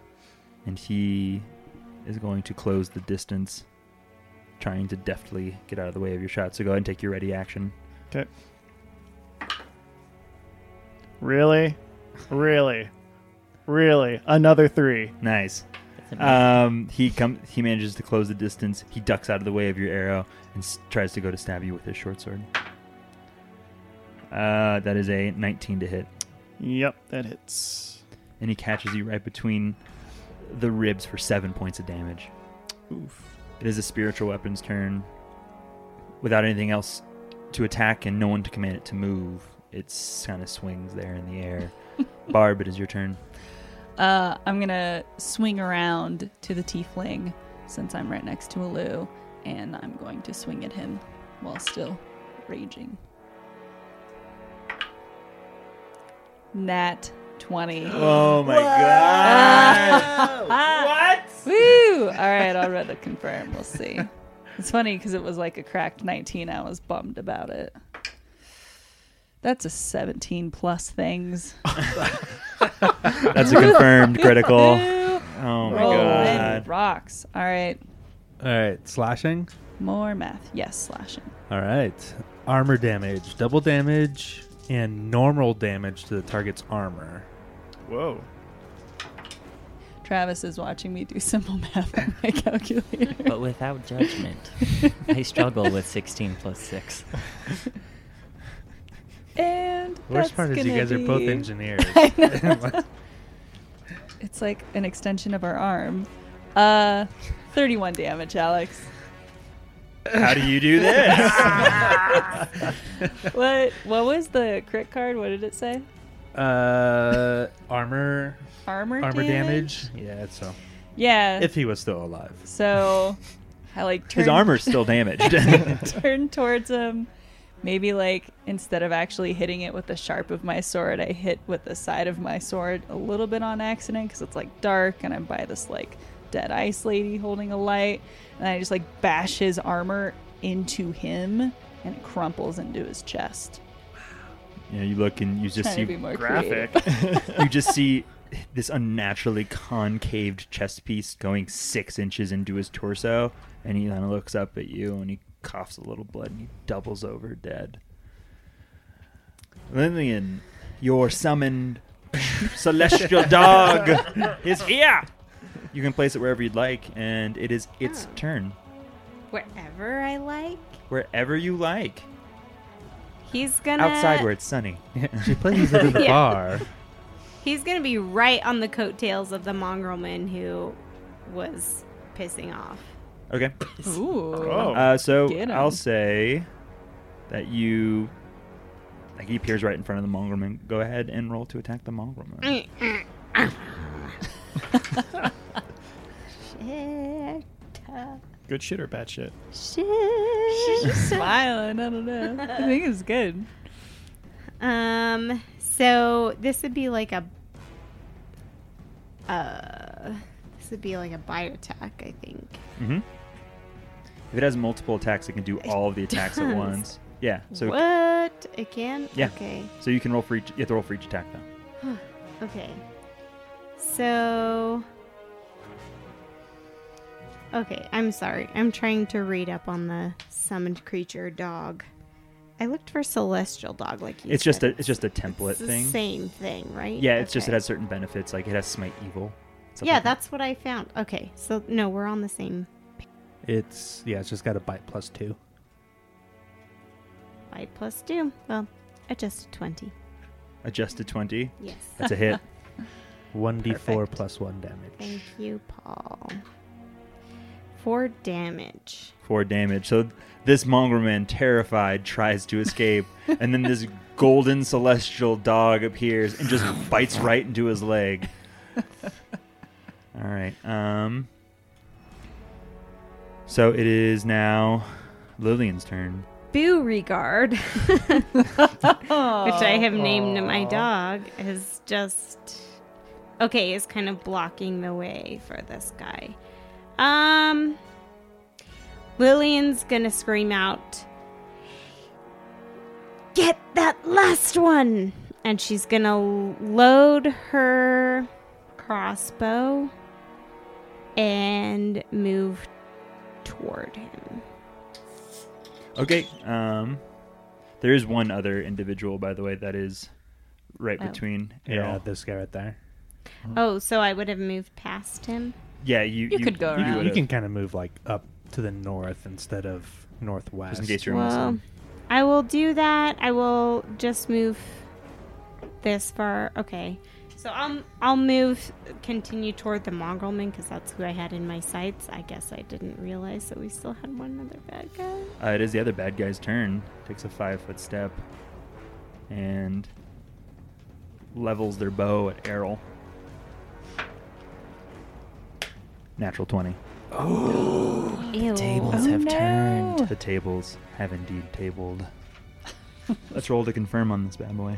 S1: and he is going to close the distance trying to deftly get out of the way of your shot. So go ahead and take your ready action.
S3: Really? Really? Really? Another three.
S1: Nice.
S6: That's amazing.
S4: Uh,
S1: Um he come he manages to close the distance. He ducks out of the way of your arrow and s- tries to go to stab you with his short sword. Uh that is a 19 to hit.
S3: Yep, that hits.
S1: and he catches you right between the ribs for seven points of damage.
S3: Oof.
S1: It is a spiritual weapon's turn. Without anything else to attack and no one to command it to move, it kind of swings there in the air. Barb, it is your turn.
S5: Uh, I'm gonna swing around to the tiefling since I'm right next to Alu, and I'm going to swing at him while still raging. Nat 20.
S1: Oh my god!
S5: Woo! All right, I'll read the confirm. We'll see. It's funny because it was like a cracked 19. I was bummed about it. That's a 17 plus things.
S1: That's a confirmed critical.
S5: Woo!
S1: Oh my
S5: Rolling
S1: god.
S5: rocks. All right,
S4: All right, slashing.
S5: more math. Yes, slashing.
S4: All right. Armor damage, double damage, and normal damage to the target's armor.
S3: Whoa.
S5: Travis is watching me do simple math on my calculator.
S6: but without judgment. I struggle with 16 plus 6.
S5: And that's
S4: Worst part is you
S5: gonna
S4: guys are both
S5: be-
S4: engineers.
S5: I know. it's like an extension of our arm. Uh, 31 damage, Alex.
S1: How do you do this?
S5: What? What was the crit card? What did it say?
S4: uh, armor,
S5: Armor.
S4: armor
S5: damage.
S4: damage. Yeah, so
S5: Yeah.
S4: if he was still alive.
S5: so, I like turn,
S1: His armor's still damaged.
S5: turn towards him. Maybe like instead of actually hitting it with the sharp of my sword, I hit with the side of my sword a little bit on accident because it's like dark and I'm by this like dead ice lady holding a light, and I just like bash his armor into him, and it crumples into his chest.
S1: you know, you look and you just
S5: Trying to
S1: see
S5: be more
S3: Graphic.
S5: creative.
S1: you just see this unnaturally concaved chest piece going six inches into his torso, and he kind of looks up at you and he coughs a little blood and he doubles over dead. Lillian, your summoned celestial dog is here. You can place it wherever you'd like, and it is its
S2: Oh.
S1: turn.
S2: Wherever I like,
S1: Wherever you like.
S2: he's gonna
S1: Outside where it's sunny.
S4: She plays it at the
S2: Yeah.
S4: bar.
S2: He's gonna be right on the coattails of the mongrelman who was pissing off.
S1: okay.
S5: Ooh.
S3: Oh.
S1: Uh, so
S5: Get 'em.
S1: I'll say that you, like he appears right in front of the mongrelman. Go ahead and roll to attack the mongrelman.
S2: Mm. Shit. uh,
S3: Good shit or bad shit?
S2: Shit.
S5: Smiling, I don't know. I think it's good.
S2: Um. So this would be like a. Uh, this would be like a bite attack, I think.
S1: Mm-hmm. If it has multiple attacks, it can do all of the attacks at
S2: does.
S1: once. Yeah. So
S2: what? It can.
S1: Yeah.
S2: Okay.
S1: so you can roll for each. You have to roll for each attack though.
S2: Okay. So. Okay, I'm sorry. I'm trying to read up on the summoned creature dog. I looked for celestial dog, like you.
S1: It's just a
S2: said.
S1: it's just a template
S2: It's the
S1: thing.
S2: Same thing, right?
S1: Yeah, it's just it
S2: Okay.
S1: has certain benefits. Like it has smite evil. stuff
S2: Yeah,
S1: like
S2: that's what I found. Okay, so no, we're on the same
S4: It's yeah, it's just got a bite plus two.
S2: bite plus two. Well, adjusted twenty.
S1: adjusted twenty.
S2: Yes.
S1: That's a hit.
S4: One d four
S2: Perfect.
S4: plus one damage.
S2: Thank you, Paul. Four damage.
S1: Four damage. So this mongrel man, terrified, tries to escape, and then this golden celestial dog appears and just bites right into his leg. All right. Um. So it is now Lillian's turn.
S2: Boo regard, which I have named my dog, is just okay. Is kind of blocking the way for this guy. Um, Lillian's gonna scream out, "Get that last one!" And she's gonna load her crossbow and move toward him.
S1: Okay. Um, there is one other individual, by the way, that is right
S2: Oh.
S1: between.
S4: Yeah,
S1: Errol.
S4: this guy right there.
S2: Oh, so I would have moved past him.
S1: yeah. You,
S5: You could go around.
S1: would've,
S4: You can kind of move like up to the north instead of northwest.
S1: just in case you're
S2: Well,
S1: missing.
S2: I will do that. I will just move this far. Okay. So I'll I'll move continue toward the Mongrelman because that's who I had in my sights. I guess I didn't realize that we still had one other bad guy.
S1: Uh, it is the other bad guy's turn. Takes a five foot step and levels their bow at Errol. Natural 20.
S2: Ew. Oh,
S6: Tables have
S5: no.
S6: turned.
S1: The tables have indeed tabled. Let's roll to confirm on this bad boy.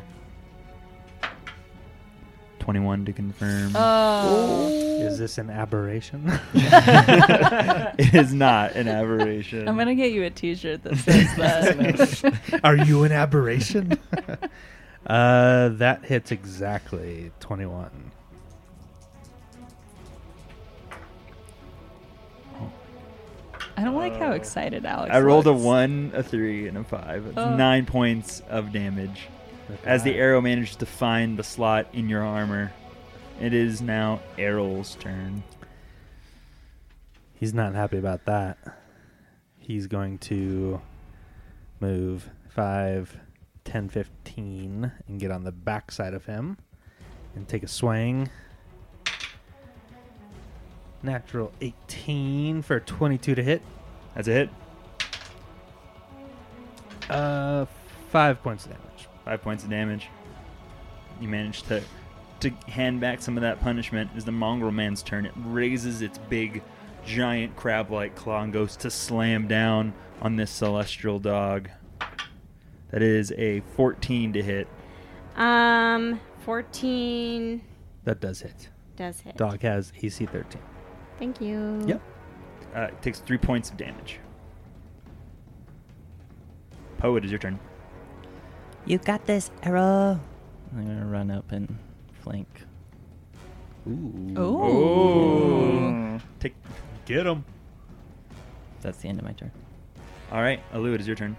S1: 21 to confirm.
S5: Oh,
S4: Is this an aberration?
S1: it is not an aberration.
S5: I'm gonna get you a T-shirt that says that.
S4: Are you an aberration? uh, that hits exactly twenty-one.
S5: I don't like how excited Alex.
S1: I rolled a
S5: looks.
S1: one, a three, and a five. It's
S5: Oh.
S1: nine points of damage. As the arrow manages to find the slot in your armor, it is now Errol's turn.
S4: He's not happy about that. He's going to move 5, 10, 15, and get on the backside of him and take a swing. Natural 18 for 22 to hit.
S1: That's a hit.
S4: Uh, 5 points of damage.
S1: Five points of damage. You manage to to hand back some of that punishment. Is the mongrel man's turn? It raises its big, giant crab-like claw and goes to slam down on this celestial dog. That is a 14 to hit.
S2: Um, fourteen
S4: That does hit.
S2: does hit.
S4: Dog has AC 13.
S2: Thank you.
S4: Yep.
S1: Uh, it takes three points of damage. Poe, it is your turn.
S6: You got this, arrow. I'm gonna run up and flank. Ooh.
S5: Oh,
S1: Take.
S4: Get him.
S6: That's the end of my turn.
S1: All right, Alu, it is your turn.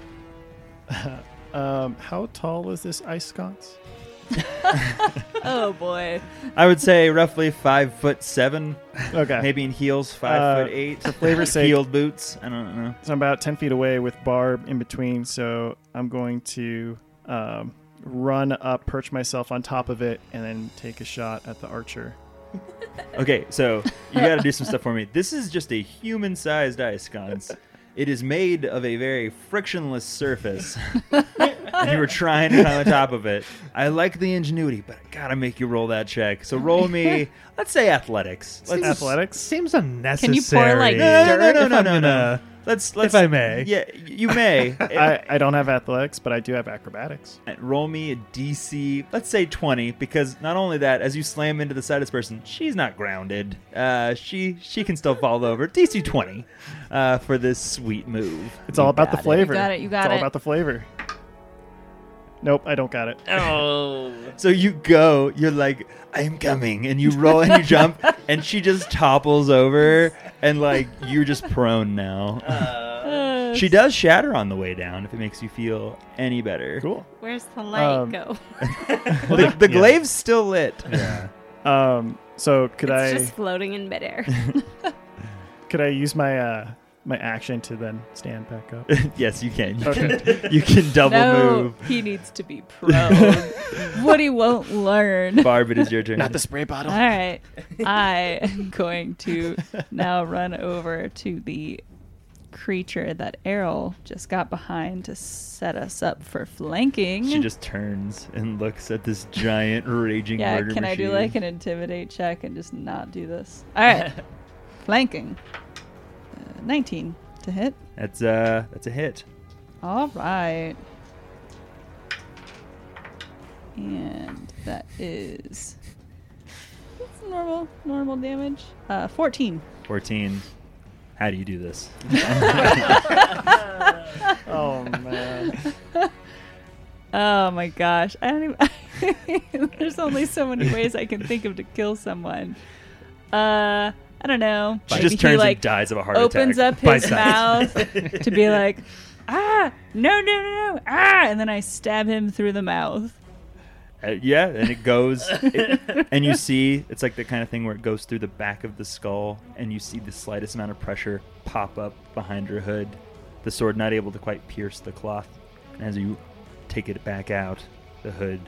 S3: Um, how tall is this ice sconce?
S5: oh boy.
S1: I would say roughly five foot seven,
S3: Okay.
S1: maybe in heels, five
S3: Uh,
S1: foot eight.
S3: for flavor's sake-
S1: heeled boots. I don't know.
S3: So I'm about 10 feet away with Barb in between. So I'm going to um, run up, perch myself on top of it, and then take a shot at the archer.
S1: Okay, so you got to do some stuff for me. This is just a human-sized ice sconce. It is made of a very frictionless surface. and you were trying to climb on top of it. I like the ingenuity, but I gotta make you roll that check. So roll me, let's say athletics. Let's,
S3: Athletics?
S4: Seems unnecessary.
S5: Can you pour like
S1: No, no,
S5: dirt?
S1: no, no,
S4: if
S1: no,
S4: I'm
S1: no, no.
S4: gonna-
S1: Let's let's.
S4: if I may.
S1: Yeah, y- you may.
S3: I, I don't have athletics, but I do have acrobatics.
S1: Uh, Roll me a DC. Let's say twenty, because not only that, as you slam into the side of this person, she's not grounded. Uh, she she can still fall over. DC twenty, uh, for this sweet move.
S3: It's all about
S5: got
S3: the
S5: it, you
S3: flavor.
S5: got it, you got
S3: It's all
S5: it.
S3: about the flavor. Nope, I don't got it.
S6: Oh.
S1: So you go, you're like, I'm coming, and you roll and you jump, and she just topples over, and like you're just prone now.
S5: Uh,
S1: she does shatter on the way down if it makes you feel any better.
S3: Cool.
S2: Where's the light
S3: Um,
S2: go?
S1: Well, the, the
S3: Yeah.
S1: glaive's still lit.
S4: Yeah.
S3: Um, so could
S2: it's
S3: I
S2: just floating in midair.
S3: could I use my uh, my action to then stand back up?
S1: yes, you can. You,
S3: Okay.
S1: can, you can double
S5: no,
S1: move.
S5: he needs to be prone. Woody won't learn.
S1: Barb, it is your turn.
S3: spray
S5: All
S3: bottle.
S5: right, I am going to now run over to the creature that Errol just got behind to set us up for flanking.
S1: she just turns and looks at this giant raging
S5: yeah,
S1: murder
S5: can I do
S1: machine.
S5: like an intimidate check and just not do this? All right, flanking. Uh, 19 to hit.
S1: That's uh, that's a hit.
S5: All right. And that is it's normal normal damage. Uh 14.
S1: 14. How do you do this?
S3: Oh man.
S5: Oh my gosh. I don't even There's only so many ways I can think of to kill someone. Uh I don't know.
S1: She
S5: Maybe
S1: just
S5: he,
S1: turns
S5: like,
S1: and dies of a heart
S5: opens
S1: attack.
S5: up his mouth to be like, "Ah, no, no, no, no. Ah!" And then I stab him through the mouth.
S1: Uh, yeah, and it goes, it- and you see it's like the kind of thing where it goes through the back of the skull, and you see the slightest amount of pressure pop up behind her hood. The sword not able to quite pierce the cloth, and as you take it back out, the hood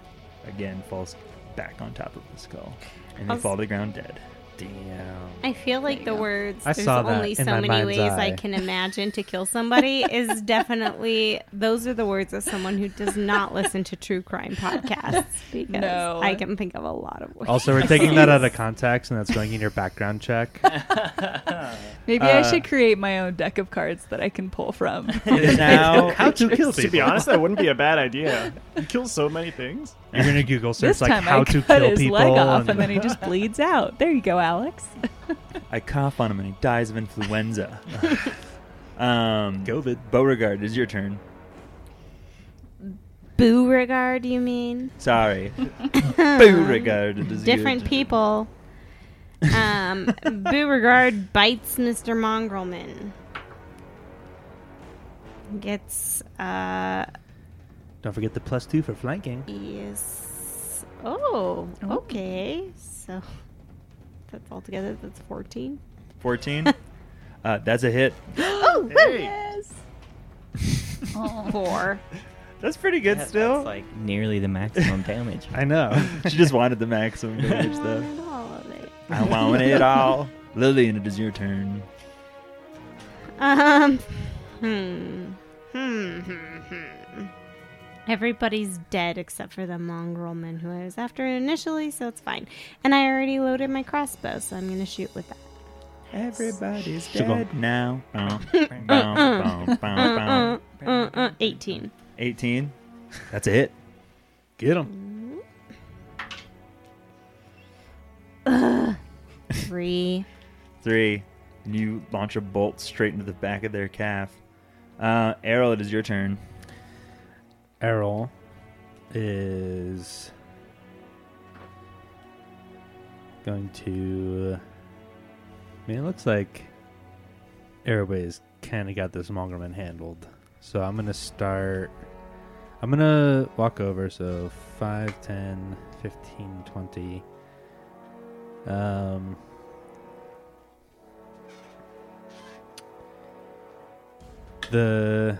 S1: again falls back on top of the skull, and they
S2: I'll s-
S1: fall to the ground dead.
S4: Damn.
S2: I feel like
S5: you
S2: the
S5: go.
S2: words
S4: I
S2: "there's
S4: saw that
S2: only
S4: in
S2: so
S4: my
S2: many
S4: mind's
S2: ways I
S4: eye.
S2: can imagine to kill somebody" is definitely those are the words of someone who does not listen to true crime podcasts because
S5: No.
S2: I can think of a lot of words.
S4: Also, we're taking that out of context, and that's going in your background check.
S5: Maybe I
S1: Uh,
S5: should create my own deck of cards that I can pull from.
S1: now,
S4: How to kill people?
S3: to be honest, that wouldn't be a bad idea. You kill so many things.
S4: you're gonna Google search
S5: this
S4: like
S5: time
S4: how
S5: I
S4: to
S5: cut
S4: kill
S5: his
S4: people,
S5: leg off and,
S4: and-
S5: then he just bleeds out. There you go, Alex.
S1: I cough on him, and he dies of influenza. um,
S4: COVID.
S1: Beauregard, it's your turn.
S2: Beauregard, you mean?
S1: Sorry, Beauregard. it is
S2: Different
S1: good.
S2: people. Um, Beauregard bites Mr. Mongrelman. Gets uh,
S4: Don't forget the plus two for flanking.
S2: Yes. Oh,
S5: Oh.
S2: okay. So that's all together. That's 14.
S1: 14. uh, that's a hit.
S2: oh,
S5: Yes.
S2: four.
S1: That's pretty good
S6: That-
S1: still.
S6: That's like nearly the maximum damage.
S4: I know.
S1: she just wanted the maximum
S2: I
S1: damage though.
S2: wanted all of it.
S1: I want it all. Lillian, it is your turn.
S2: Um, hmm. Hmm, hmm, hmm. Everybody's dead except for the mongrelman who I was after initially, so it's fine. And I already loaded my crossbow, so I'm going to shoot with that.
S1: Everybody's
S4: Shabam.
S1: dead now. Bow, bow, bow, bow, bow.
S2: Uh, uh, 18.
S1: 18. That's a hit.
S4: Get him.
S2: Three.
S1: Three. And you launch a bolt straight into the back of their calf. Uh, Errol, it is your turn.
S4: Errol is going to. I mean, it looks like everybody's kind of got this mongrelman handled. So I'm going to start. I'm going to walk over. So 5, 10, 15, 20. Um. The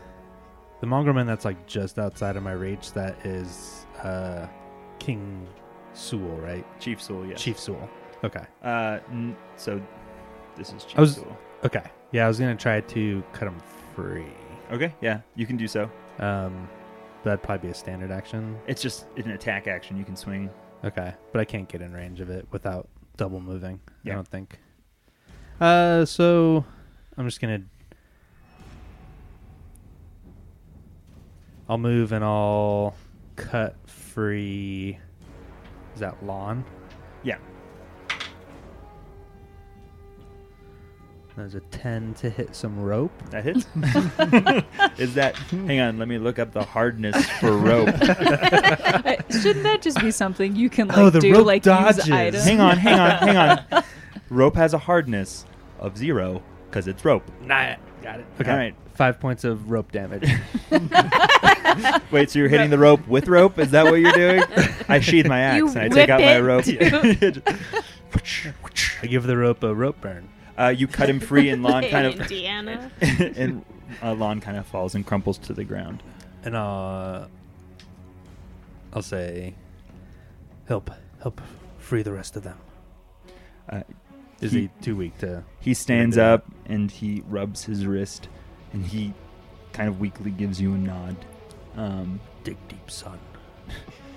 S4: the mongrelman that's like just outside of my reach that is uh King Sewell, right?
S1: Chief Sewell, yes.
S4: Chief Sewell. Okay.
S1: Uh, n- so this is Chief
S4: I was-
S1: Sewell.
S4: Okay. Yeah, I was gonna try to cut him free.
S1: Okay, yeah, you can do so.
S4: Um that'd probably be a standard action.
S1: It's just an attack action. You can swing.
S4: Okay. But I can't get in range of it without double moving.
S1: Yeah.
S4: I don't think. Uh so I'm just gonna I'll move and I'll cut free is that lawn?
S1: Yeah.
S4: There's a 10 to hit some rope.
S1: That hits. Is that? Hang on, let me look up the hardness for rope.
S5: Uh, Shouldn't that just be something you can like
S4: Oh, the
S5: do
S4: rope
S5: like
S4: dodges.
S5: use items?
S1: hang on, hang on, hang on. Rope has a hardness of zero because it's rope.
S4: Nah, got it.
S1: Okay.
S4: Okay.
S1: All right.
S4: Five points of rope damage.
S1: Wait, so you're hitting the rope with rope? Is that what you're doing? I sheathe my axe
S2: You
S1: and I take
S2: whip
S1: out my
S2: it.
S1: rope.
S4: I give the rope a rope burn.
S1: uh, you cut him free, and Lon kind of
S2: Indiana.
S1: and uh, Lon kind of falls and crumples to the ground.
S4: And uh, I'll say, help, help free the rest of them.
S1: Uh,
S4: Is
S1: he-
S4: he too weak to.
S1: He stands
S4: do
S1: up and he rubs his wrist, and he kind of weakly gives you a nod. Um,
S4: Dig deep, son.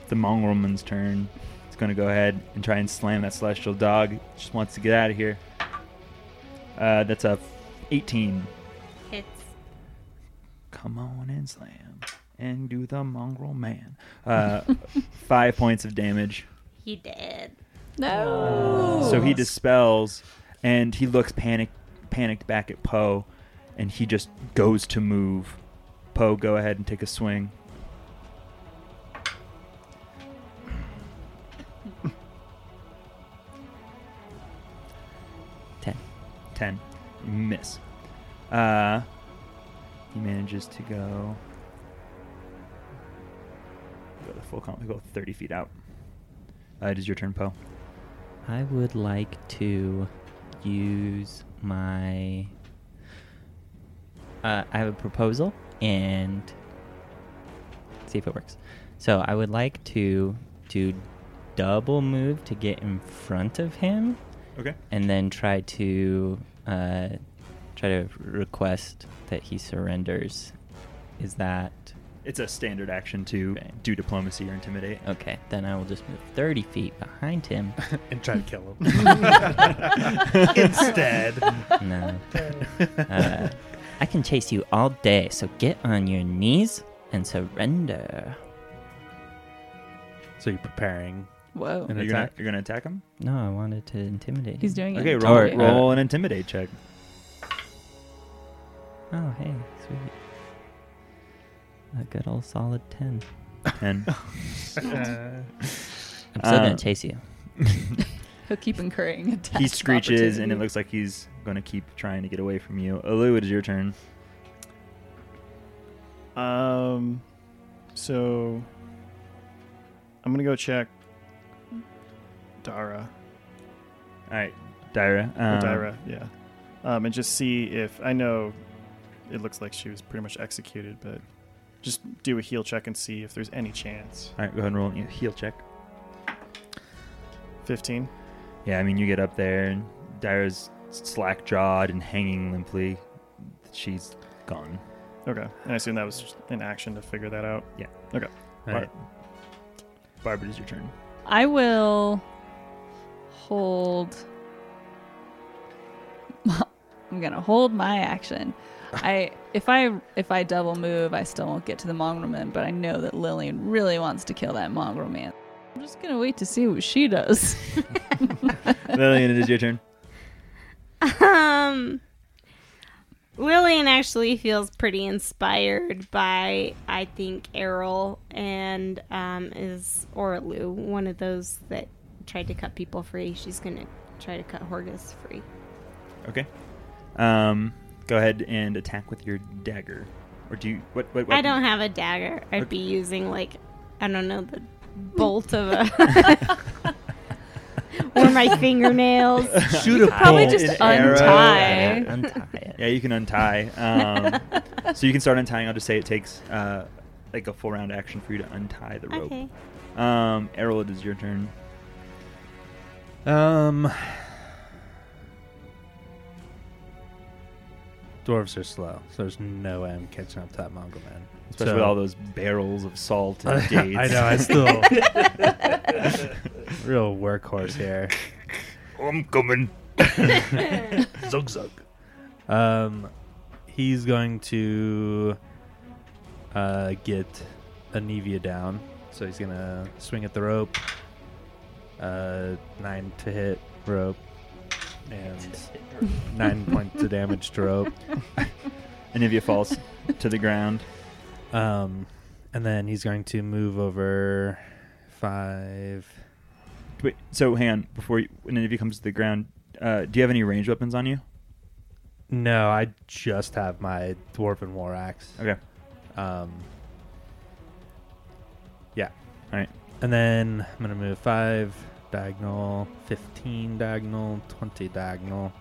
S1: the Mongrelman's turn. It's going to go ahead and try and slam that celestial dog. It Just wants to get out of here. Uh, that's a 18.
S2: Hits.
S1: Come on and slam and do the mongrel man. Uh, five points of damage.
S2: He did.
S5: No.
S1: Uh, So he dispels, and he looks panicked, panicked back at Poe, and he just goes to move. Poe, go ahead and take a swing.
S6: Ten.
S1: Ten. You miss. Uh, he manages to go. Go the full count. We go thirty feet out. Uh, it is your turn, Poe.
S6: I would like to use my. Uh, I have a proposal and see if it works. So I would like to do double move to get in front of him
S1: Okay.
S6: and then try to uh, try to request that he surrenders. Is that
S1: It's a standard action to
S6: Right.
S1: do diplomacy or intimidate.
S6: okay? Then I will just move 30 feet behind him.
S4: and try to kill him. Instead.
S6: no. Uh, I can chase you all day, so get on your knees and surrender.
S4: So you're preparing
S5: Whoa.
S4: an
S1: you're, gonna,
S4: attack?
S1: you're gonna attack him.
S6: No, I wanted to intimidate.
S5: He's
S6: him.
S5: doing
S1: Okay,
S5: it.
S1: roll,
S6: Alright, uh,
S1: roll an intimidate check.
S6: Oh, hey, sweet. A good old solid 10.
S1: Ten.
S6: I'm still
S1: Uh,
S6: gonna chase you.
S5: He'll keep incurring attacks.
S1: he
S5: of
S1: screeches, and
S5: opportunity.
S1: it looks like he's gonna keep trying to get away from you. Alu, it is your turn.
S3: Um, so I'm gonna go check Dara
S1: All right, Dyra.
S3: or
S1: um,
S3: Dara, yeah, um, and just see if I know. It looks like she was pretty much executed, but just do a heal check and see if there's any chance.
S1: All right, go ahead and roll a heal check.
S3: Fifteen.
S1: Yeah, I mean you get up there, and Dyra's slack jawed and hanging limply. She's gone.
S3: Okay, and I assume that was just an action to figure that out.
S4: All right.
S1: Barb, it is your turn.
S5: I will hold. I'm gonna hold my action. I if I if I double move, I still won't get to the mongrel man. But I know that Lillian really wants to kill that mongrel man. I'm just gonna wait to see what she does.
S1: Lillian, it is your turn.
S2: Um, Lillian actually feels pretty inspired by, I think, Errol and um, is or Lou, one of those that tried to cut people free. She's gonna try to cut Horgus free.
S1: Okay. Um, go ahead and attack with your dagger, or do you? What? What?
S2: I
S1: weapon?
S2: don't have a dagger. I'd
S1: Okay.
S2: be using like I don't know the bolt of a or my fingernails.
S4: Shoot a
S5: Probably
S4: bolt.
S1: an
S5: just
S1: arrow.
S5: untie.
S6: untie it.
S1: Yeah, you can untie. Um, so you can start untying. I'll just say it takes uh, like a full round action for you to untie the rope.
S2: okay.
S1: Um, Errol, it is your turn.
S4: Um, dwarves are slow, so there's no way I'm catching up to that Mongol man.
S1: Especially
S4: So-
S1: with all those barrels of salt and dates.
S4: I know. I still real workhorse here.
S1: I'm coming.
S4: Zug zug. Um, he's going to uh, get Anivia down, so he's gonna swing at the rope. Uh, nine to hit rope. and nine points of damage to rope.
S1: Anivia falls to the ground.
S4: Um, and then he's going to move over five.
S1: Wait, so hang on. Before you, when Anivia comes to the ground, uh, do you have any ranged weapons on you?
S4: No, I just have my dwarven war axe.
S1: Okay.
S4: Um, yeah.
S1: All right.
S4: And then I'm going to move 5 diagonal, 15 diagonal, 20 diagonal,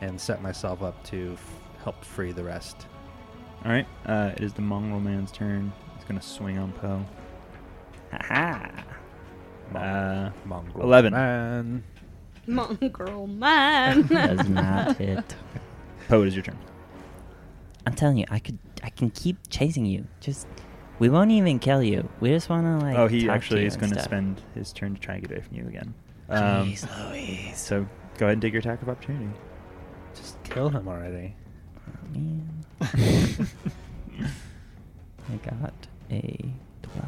S4: and set myself up to f- help free the rest.
S1: All right. Uh, it is the mongrel man's turn. He's going to swing on Poe.
S6: Ha
S1: Uh,
S4: Mongrel
S1: 11.
S4: man.
S2: Mongrel man.
S6: Does not hit.
S1: Poe, it is your turn.
S6: I'm telling you, I could, I can keep chasing you. Just, we won't even kill you. We just want to like.
S1: oh, he
S6: talk to
S1: actually
S6: you
S1: is
S6: and
S1: going to
S6: stuff.
S1: spend his turn to try and get away from you again. Um,
S6: Jeez Louise.
S1: so go ahead and take your attack of opportunity.
S4: Just kill him already.
S6: Oh, man. I got a 12.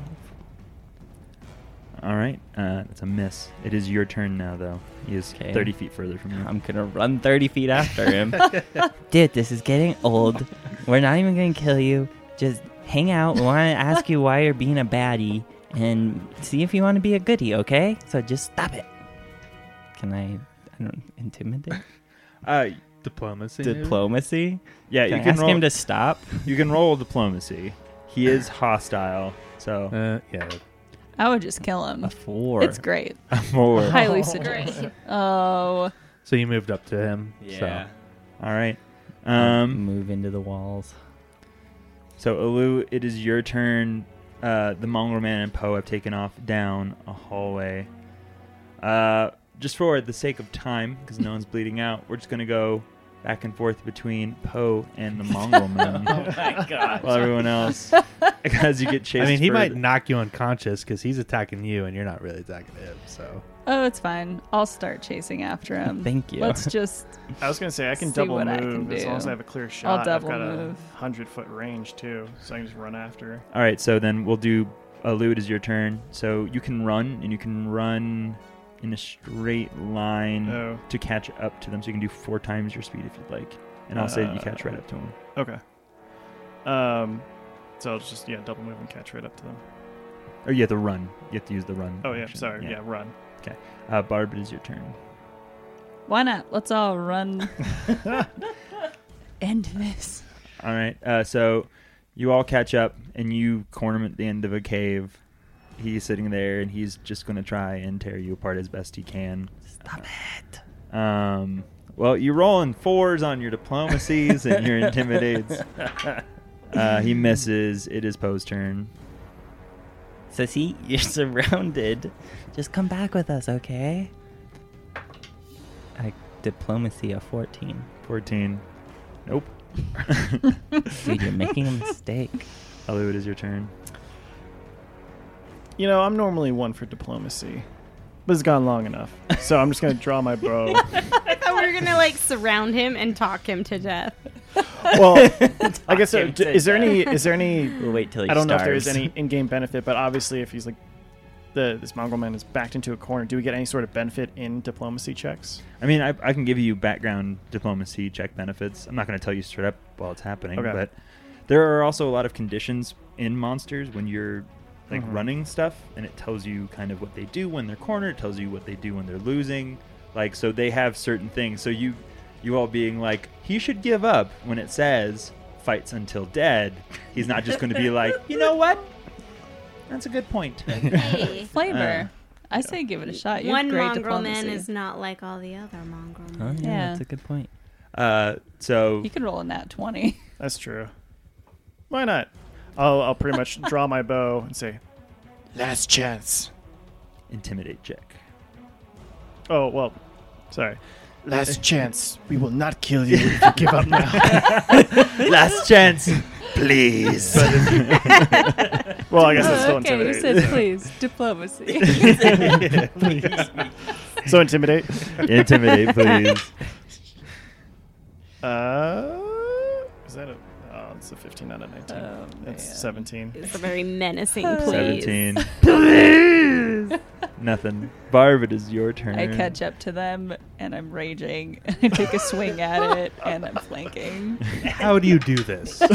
S1: All right. Uh, that's a miss. It is your turn now, though. He is
S6: Okay.
S1: 30 feet further from you.
S6: I'm going to run 30 feet after him. Dude, this is getting old. We're not even going to kill you. Just hang out. We want to ask you why you're being a baddie and see if you want to be a goodie, okay? So just stop it. Can I, I don't, intimidate?
S1: uh,
S4: Diplomacy. maybe?
S6: Diplomacy?
S1: yeah,
S6: Can
S1: you
S6: I
S1: can
S6: ask
S1: roll.
S6: him to stop?
S1: You can roll diplomacy. He is hostile, so
S4: Uh, yeah.
S5: I would just kill him.
S6: A four.
S5: It's great.
S1: more.
S5: Highly suggested. Oh,
S4: So you moved up to him.
S6: Yeah.
S1: All right.
S6: Um,
S1: Um,
S6: move into the walls.
S1: so Alu, it is your turn. Uh, the mongrel man and Poe have taken off down a hallway. Uh, just for the sake of time, because no one's bleeding out, we're just gonna go back and forth between Poe and the mongrel man,
S6: my god.
S1: while everyone else, as you get
S4: So.
S1: chased.
S4: Oh I mean, he might
S1: further-
S4: knock you unconscious because he's attacking you and you're not really attacking him. So
S5: oh, it's fine. I'll start chasing after him.
S6: Thank you.
S5: Let's just
S3: I was gonna say I can
S5: See
S3: double
S5: what I
S3: move
S5: can
S3: as long as
S5: do.
S3: I have a clear shot. I've
S5: double
S3: got
S5: move.
S3: a hundred foot range too, so I can just run after. her.
S1: All right, so then we'll do elude is your turn. So you can run, and you can run in a straight line
S3: Oh,
S1: to catch up to them. So you can do four times your speed if you'd like, and I'll say that you catch right up to them.
S3: okay. Um, so I'll just yeah double move and catch right up to them.
S1: Or you have to run. You have to use the run.
S3: Oh yeah,
S1: action.
S3: sorry, yeah, run.
S1: Uh, Barb, it is your turn.
S5: Why not? Let's all run. End this.
S1: All right. Uh, so you all catch up, and you corner him at the end of a cave. He's sitting there, and he's just going to try and tear you apart as best he can.
S6: Stop it.
S1: Um, well, you're rolling fours on your diplomacies and your intimidates. Uh, he misses. It is Poe's turn.
S6: So see, you're surrounded. Just come back with us, okay? I diplomacy of 14.
S1: 14. Nope.
S6: Dude, you're making a mistake.
S1: Alu, it is your turn.
S3: You know I'm normally one for diplomacy, but it's gone long enough, so I'm just gonna draw my bow.
S2: I thought we were gonna like surround him and talk him to death.
S3: well, I guess so,
S6: him
S3: d-
S6: to
S3: is there any is there any
S6: We'll wait till he
S3: I don't know if there
S6: starves.
S3: is any in-game benefit, but obviously, if he's like the this mongrel man is backed into a corner, do we get any sort of benefit in diplomacy checks?
S1: I mean, I, I can give you background diplomacy check benefits. I'm not going to tell you straight up while it's happening,
S3: Okay.
S1: but there are also a lot of conditions in monsters when you're like
S3: Mhm.
S1: running stuff, and it tells you kind of what they do when they're cornered. It tells you what they do when they're losing. Like, so they have certain things. So you, you all being like, he should give up when it says fights until dead. He's not just going to be like, you know what? That's a good point.
S2: Hey.
S3: Uh,
S5: Flavor. I say give it a shot. You have
S2: One
S5: great
S2: mongrel man
S5: diplomacy.
S2: is not like all the other mongrel
S6: Oh, yeah,
S2: men.
S5: Yeah.
S6: that's a good point.
S1: Uh, so
S5: You can roll a nat twenty.
S3: That's true. Why not? I'll I'll pretty much draw my bow and say, last chance.
S1: intimidate check.
S3: Oh well, sorry. Last chance. We will not kill you if you give up now.
S1: Last chance, please.
S3: Well, I guess that's still
S5: okay, you
S3: intimidate.
S5: said please diplomacy.
S3: so intimidate.
S1: Intimidate, please.
S3: Uh, is that a? Oh, it's a 15 out of 19.
S5: Oh,
S3: that's
S5: man.
S3: 17.
S2: It's a very menacing please.
S1: 17. Nothing. Barb, it is your turn.
S5: I catch up to them and I'm raging. I take a swing at it and I'm flanking.
S4: How do you do this?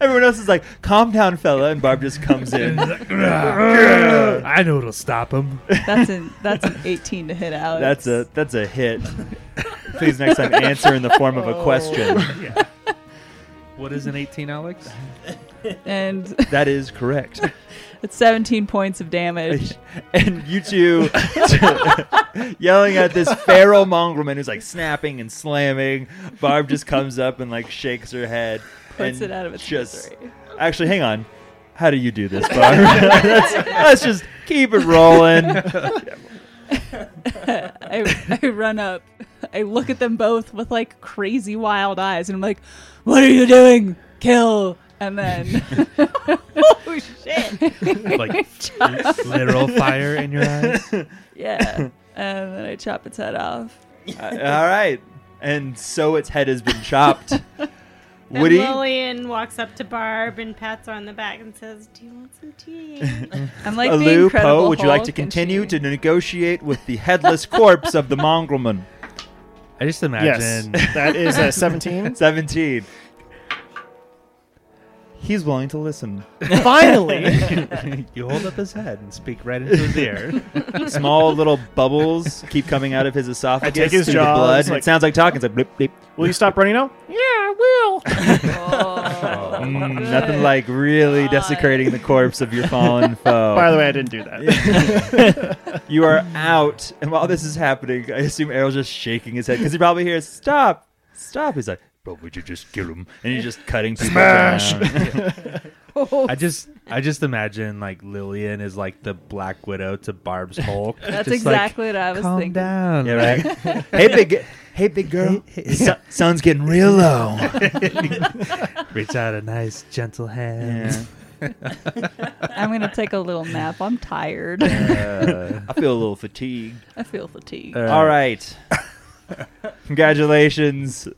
S1: Everyone else is like, calm down, fella. And Barb just comes in.
S4: I know it'll stop him.
S5: That's an that's an 18 to hit, Alex.
S1: That's a that's a hit. Please next time answer in the form of a question.
S5: Oh.
S4: yeah. What is an 18, Alex?
S5: and
S1: That is correct.
S5: it's 17 points of damage.
S1: And you two yelling at this feral mongrelman who's like snapping and slamming. Barb just comes up and like shakes her head.
S5: Puts
S1: and
S5: it out of its
S1: just,
S5: misery.
S1: Actually, hang on. How do you do this, Barb? let's, let's just keep it rolling. Uh,
S5: I, I run up. I look at them both with like crazy wild eyes, and I'm like, "What are you doing? Kill!" And then
S2: Oh shit!
S4: Like literal fire in your eyes?
S5: yeah, and then I chop its head off.
S1: Uh, all right. And so its head has been chopped. Woody,
S2: And Lillian walks up to Barb and pats her on the back and says, "Do you want some tea?"
S5: I'm like, the
S1: Alu,
S5: Incredible
S1: Poe, Uh, would you like
S5: Hulk,
S1: to
S5: and
S1: continue
S5: she-
S1: to negotiate with the headless corpse of the mongrelman?
S4: I just
S3: Yes,
S4: imagine.
S3: that is a 17.
S1: 17. He's willing to listen.
S3: Finally,
S4: you hold up his head and speak right into his ear.
S1: Small little bubbles keep coming out of his esophagus.
S3: take his
S1: through
S3: jaw,
S1: The blood,
S3: it's
S1: and
S3: like-
S1: it sounds like talking. It's like blip, blip.
S3: will you stop running now?
S5: Oh,
S1: Mm,
S5: good.
S1: nothing like really
S5: God.
S1: desecrating the corpse of your fallen foe.
S3: By the way, I didn't do that.
S1: you are out. And while this is happening, I assume Errol's just shaking his head because he probably hears, stop, stop. He's like, but would you just kill him? And he's just cutting people
S3: Smash!
S1: down.
S4: I just I just imagine like Lillian is like the Black Widow to Barb's Hulk.
S5: That's
S4: Just, like,
S5: exactly what I was
S4: Calm
S5: thinking.
S4: down.
S1: yeah, right? hey, big, hey, big girl. The sun- sun's getting real low.
S4: Reach out a nice gentle hand.
S1: Yeah.
S5: I'm gonna take a little nap. I'm tired.
S1: I feel a little fatigued.
S5: I feel fatigued.
S4: Uh,
S1: All right. Congratulations.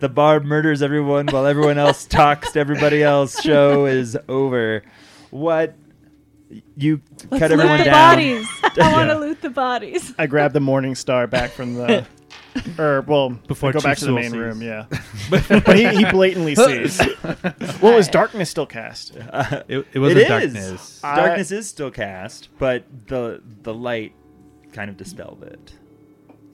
S1: The barb murders everyone while everyone else talks to everybody else. Show is over. What? You cut
S5: loot
S1: everyone
S5: the
S1: down.
S5: bodies. I want
S4: Yeah.
S5: to loot the bodies.
S3: I grabbed the Morning Star back from the, or well,
S4: Before
S3: I go back
S4: Chief
S3: to the
S4: Sewell
S3: main
S4: sees.
S3: room. Yeah, but he, he blatantly sees. What was darkness still cast?
S4: It, it was
S1: It
S4: a
S1: is.
S4: darkness.
S3: I-
S1: Darkness is still cast, but the the light kind of dispelled it.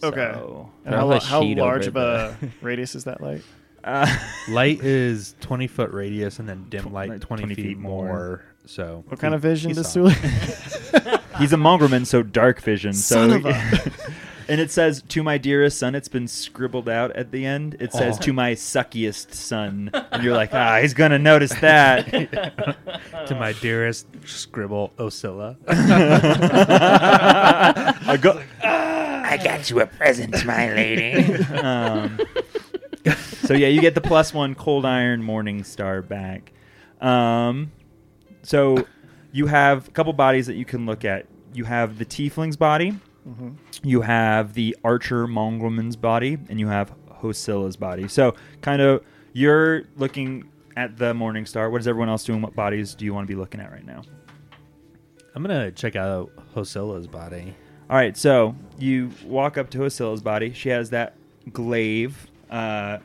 S3: Okay.
S1: So,
S3: And
S6: I'll
S3: how,
S6: have a
S3: how
S6: sheet
S3: large of
S6: over
S3: a radius is that light?
S1: uh,
S4: Light is twenty foot radius, and then dim light
S1: like
S4: twenty,
S1: 20
S4: feet,
S1: feet
S4: more.
S1: more.
S4: So
S3: What kind of vision
S4: he
S3: does
S4: saw.
S3: Sewell?
S1: he's a mongrelman, so dark vision.
S3: Son
S1: so
S3: of a-
S1: and it says to my dearest son it's been scribbled out at the end it says
S4: Aw.
S1: to my suckiest son and you're like ah he's gonna notice that
S4: to my dearest scribble Osilla?
S1: I, go-
S3: "Ah!"
S7: I got you a present, my lady.
S1: um, so yeah you get the plus one cold iron morning star back um, so you have a couple bodies that you can look at you have the tiefling's body
S3: Mhm.
S1: you have the archer mongrelman's body and you have hosilla's body so kind of you're looking at the morning star what is everyone else doing what bodies do you want to be looking at right now
S4: I'm gonna check out Hosilla's body.
S1: all right so you walk up to hosilla's body she has that glaive uh,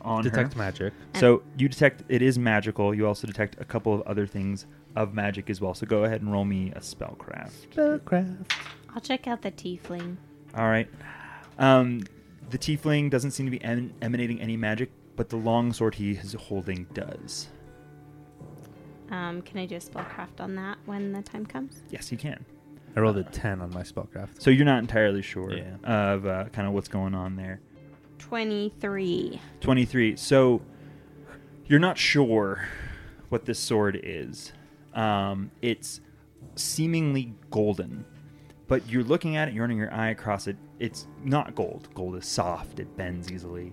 S1: on her.
S4: Detect magic.
S1: So you detect it is magical. You also detect a couple of other things of magic as well. So go ahead and roll me a spellcraft.
S2: I'll check out the tiefling.
S1: All right. Um, the tiefling doesn't seem to be em- emanating any magic, but the long sword he is holding does.
S2: Um, can I do a spellcraft on that when the time comes?
S1: Yes, he can.
S4: I rolled a ten on my spellcraft.
S1: So you're not entirely sure
S4: Yeah.
S1: of uh, kind of what's going on there.
S2: Twenty-three.
S1: 23. So you're not sure what this sword is. Um, it's seemingly golden, but you're looking at it, you're running your eye across it. It's not gold. Gold is soft, it bends easily.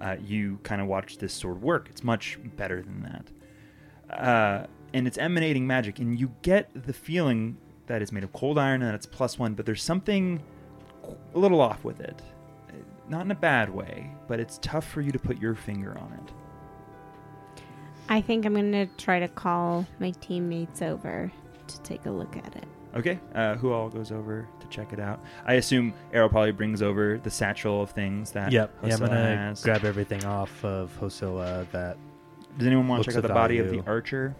S1: Uh, you kind of watch this sword work. It's much better than that. Uh, and it's emanating magic, and you get the feeling that it's made of cold iron and that it's plus one, but there's something a little off with it. Not in a bad way, but it's tough for you to put your finger on it.
S2: I think I'm gonna try to call my teammates over to take a look at it.
S1: Okay, uh, who all goes over to check it out? I assume Arrow probably brings over the satchel of things that
S4: Yep. Yeah, I'm
S1: Hosilla
S4: gonna
S1: has.
S4: grab everything off of Hosilla. That
S1: Does anyone want to
S4: Looks
S1: check out
S4: of
S1: the body of the
S4: value.
S1: archer?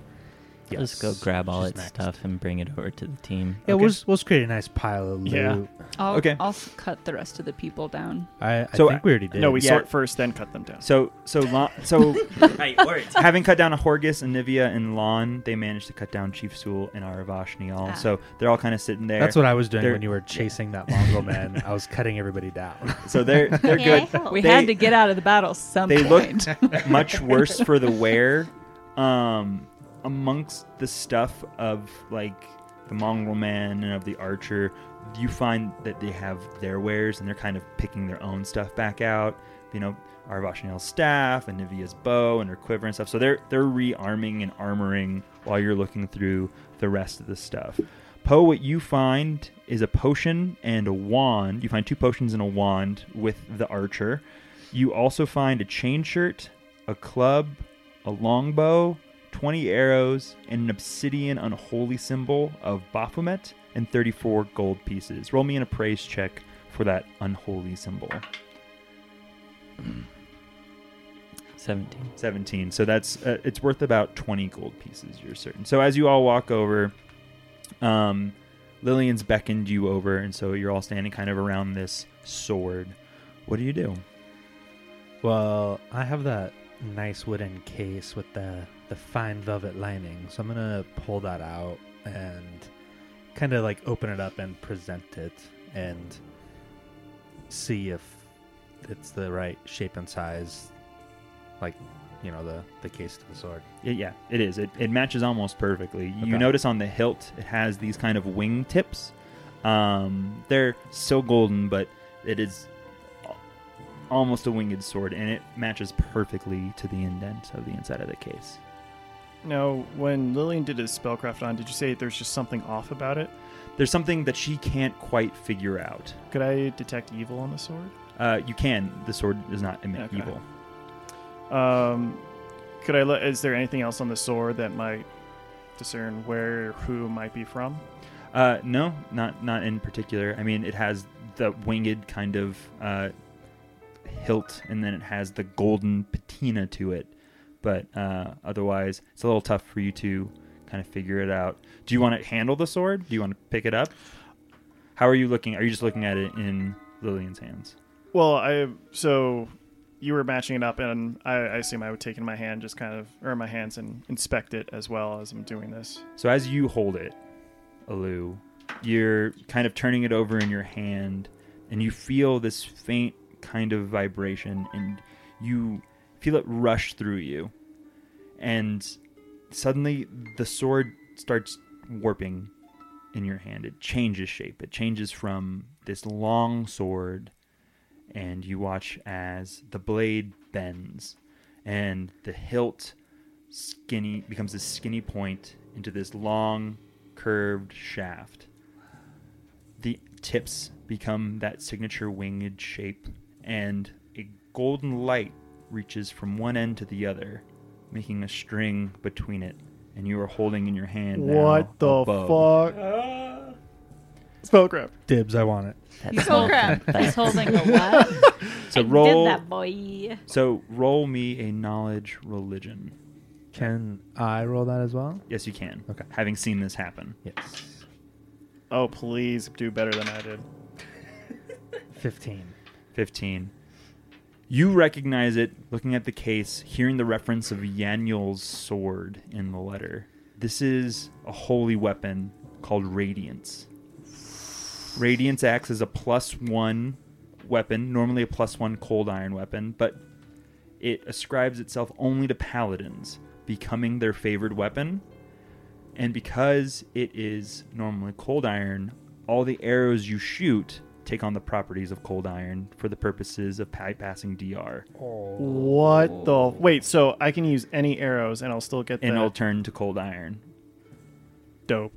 S4: yes,
S6: Just go grab all
S4: she's
S6: its
S4: next.
S6: stuff and bring it over to the team.
S4: Yeah,
S1: Okay.
S4: we'll just, we'll just create a nice pile of loot.
S3: Yeah.
S5: I'll,
S1: Okay.
S5: I'll s- cut the rest of the people down.
S4: I, I
S1: So,
S4: think we already did.
S3: No, we
S1: Yeah.
S3: sort first, then cut them down.
S1: So so Lon- so
S6: Right,
S1: having cut down a Horgus and Nivea and Lon, they managed to cut down Chief Sewell and Aravashni all.
S5: Ah.
S1: So they're all kind of sitting there.
S4: That's what I was doing
S1: They're-
S4: when you were chasing that Mongol man. I was cutting everybody down.
S1: so they're they're
S2: May I
S1: good.
S2: help?
S5: We
S1: They-
S5: had to get out of the battle some
S1: they
S5: point.
S1: much worse for the wear um, amongst the stuff of like the mongrel man and of the archer you find that they have their wares and they're kind of picking their own stuff back out you know Arvashnil's staff and Nivea's bow and her quiver and stuff so they're they're rearming and armoring while you're looking through the rest of the stuff Poe, what you find is a potion and a wand. You find two potions and a wand with the archer. You also find a chain shirt, a club, a longbow, 20 arrows, and an obsidian unholy symbol of Baphomet, and 34 gold pieces. Roll me an appraise check for that unholy symbol.
S6: 17.
S1: 17 so that's uh, it's worth about 20 gold pieces you're certain so as you all walk over um lillian's beckoned you over and so you're all standing kind of around this sword what do you do
S4: Well, I have that nice wooden case with the the fine velvet lining, so I'm gonna pull that out and kind of like open it up and present it and see if it's the right shape and size, like you know the the case to the sword.
S1: Y- yeah it is it, it matches almost perfectly you
S4: Okay.
S1: notice on the hilt it has these kind of wing tips um they're so golden but it is al- almost a winged sword and it matches perfectly to the indent of the inside of the case
S3: Now, when Lillian did his spellcraft on, did you say there's just something off about it?
S1: there's something that she can't quite figure out
S3: Could I detect evil on the sword?
S1: Uh, you can. The sword does not emit
S3: Okay.
S1: evil.
S3: Um, could I? Let, is there anything else on the sword that might discern where or who it might be from?
S1: Uh, no, not not in particular. I mean, it has the winged kind of uh, hilt, and then it has the golden patina to it. But uh, otherwise, it's a little tough for you to kind of figure it out. Do you want to handle the sword? Do you want to pick it up? How are you looking? Are you just looking at it in Lillian's hands?
S3: Well, I so you were matching it up, and I, I assume I would take it in my hand, just kind of, or in my hands, and inspect it as well as I'm doing this.
S1: So as you hold it, Alu, you're kind of turning it over in your hand, and you feel this faint kind of vibration, and you feel it rush through you. And suddenly the sword starts warping in your hand. It changes shape. It changes from this long sword, and you watch as the blade bends, and the hilt skinny becomes a skinny point into this long curved shaft the tips become that signature winged shape and a golden light reaches from one end to the other making a string between it and you are holding in your hand now a bow.
S3: fuck? Spellcraft.
S4: Dibs, I want it.
S6: That's
S5: He's
S6: not
S5: holding-
S6: that
S5: He's
S6: bad.
S5: holding a what?
S1: so
S2: I
S1: roll
S2: did that, boy.
S1: so roll me a knowledge religion
S4: Can I roll that as well?
S1: yes you can
S4: Okay.
S1: having seen this happen
S4: Yes.
S3: Oh, please do better than I did.
S4: Fifteen.
S1: 15. You recognize it looking at the case, hearing the reference of Yaniel's sword in the letter. This is a holy weapon called Radiance. Radiance acts as a plus one weapon, normally a plus one cold iron weapon, but it ascribes itself only to paladins, becoming their favored weapon. And because it is normally cold iron, all the arrows you shoot take on the properties of cold iron for the purposes of bypassing DR,
S3: What the? Wait, so I can use any arrows, and I'll still get
S1: and
S3: the
S1: it'll turn to cold iron.
S3: dope.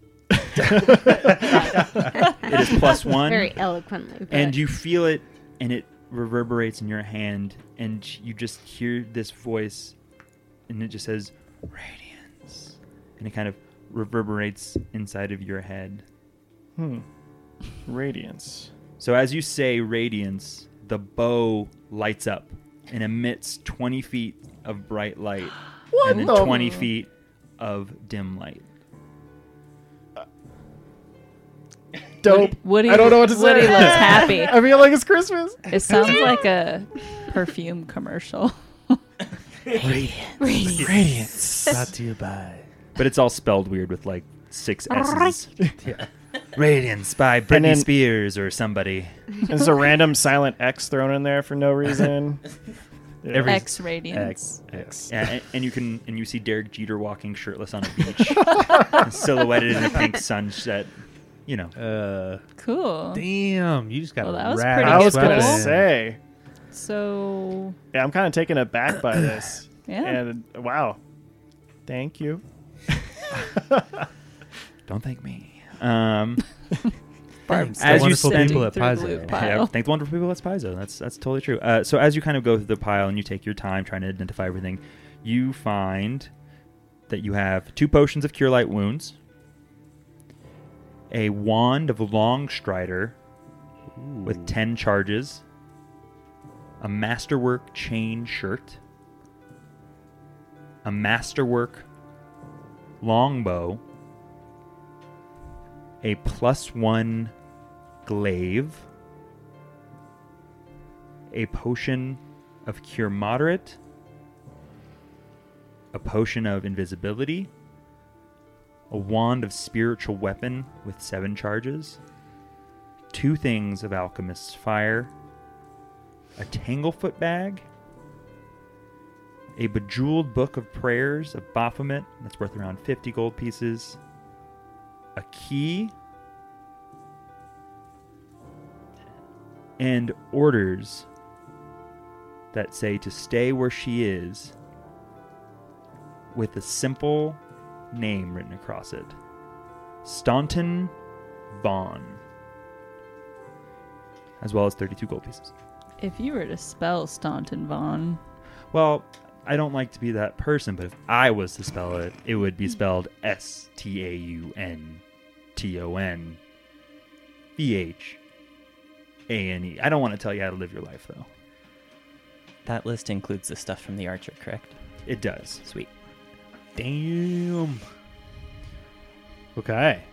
S1: It is plus one,
S2: Very eloquently.
S1: and you feel it, and it reverberates in your hand, and you just hear this voice, and it just says, Radiance. And it kind of reverberates inside of your head.
S3: Hmm. Radiance.
S1: So as you say radiance, the bow lights up and emits 20 feet of bright light and then
S3: the-
S1: 20 feet of dim light.
S3: Dope.
S5: Woody,
S3: I don't know what to say.
S5: Woody looks happy.
S3: I feel like it's Christmas.
S5: It sounds like a perfume commercial.
S3: Radiance.
S4: Brought to you by.
S1: But it's all spelled weird with like six S's. Radiance by Britney
S3: then-
S1: Spears or somebody.
S3: There's a random silent X thrown in there for no reason. Yeah.
S1: Every-
S5: X radiance.
S3: X.
S1: Yeah, and, and you can and you see Derek Jeter walking shirtless on a beach, silhouetted in a pink sunset. You know,
S4: Uh,
S5: Cool.
S4: damn, you just got.
S5: Well, that was
S4: wrapped
S5: pretty
S3: I was gonna
S4: up in-
S3: say.
S5: So
S3: Yeah, I'm kind of taken aback by this.
S5: Yeah.
S3: And wow. Thank you.
S1: don't thank me. Um,
S5: Barb's
S1: As you
S4: wonderful
S1: said-
S4: people at
S5: Through the
S4: Paizo.
S5: loop.
S1: yeah,
S5: Pile.
S1: thank the wonderful people. That's Paizo. That's that's totally true. Uh, so as you kind of go through the pile and you take your time trying to identify everything, you find that you have two potions of cure light wounds, a wand of long strider with ten charges, a masterwork chain shirt, a masterwork longbow, a plus one glaive, a potion of cure moderate, a potion of invisibility, a wand of spiritual weapon with seven charges, two things of alchemist's fire, a tanglefoot bag, a bejeweled book of prayers of Baphomet that's worth around 50 gold pieces, a key and orders that say to stay where she is with a simple name written across it Staunton Vaughn, as well as 32 gold pieces.
S5: if you were to spell Staunton Vaughn,
S1: Well, I don't like to be that person, but if I was to spell it, it would be spelled S T A U N T O N V H A N E. I don't want to tell you how to live your life, though.
S6: That list includes the stuff from the Archer, correct?
S1: It does.
S6: Sweet.
S4: Damn. Okay.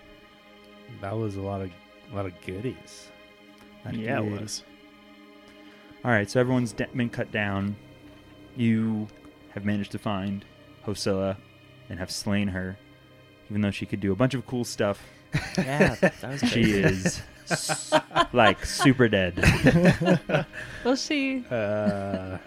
S4: That was a lot of a lot of goodies.
S3: Yeah, it was.
S1: All right, so everyone's de- been cut down. You have managed to find Hosilla and have slain her, even though she could do a bunch of cool stuff.
S6: Yeah, that was
S1: She is s- like super dead.
S5: well, she.
S4: Uh,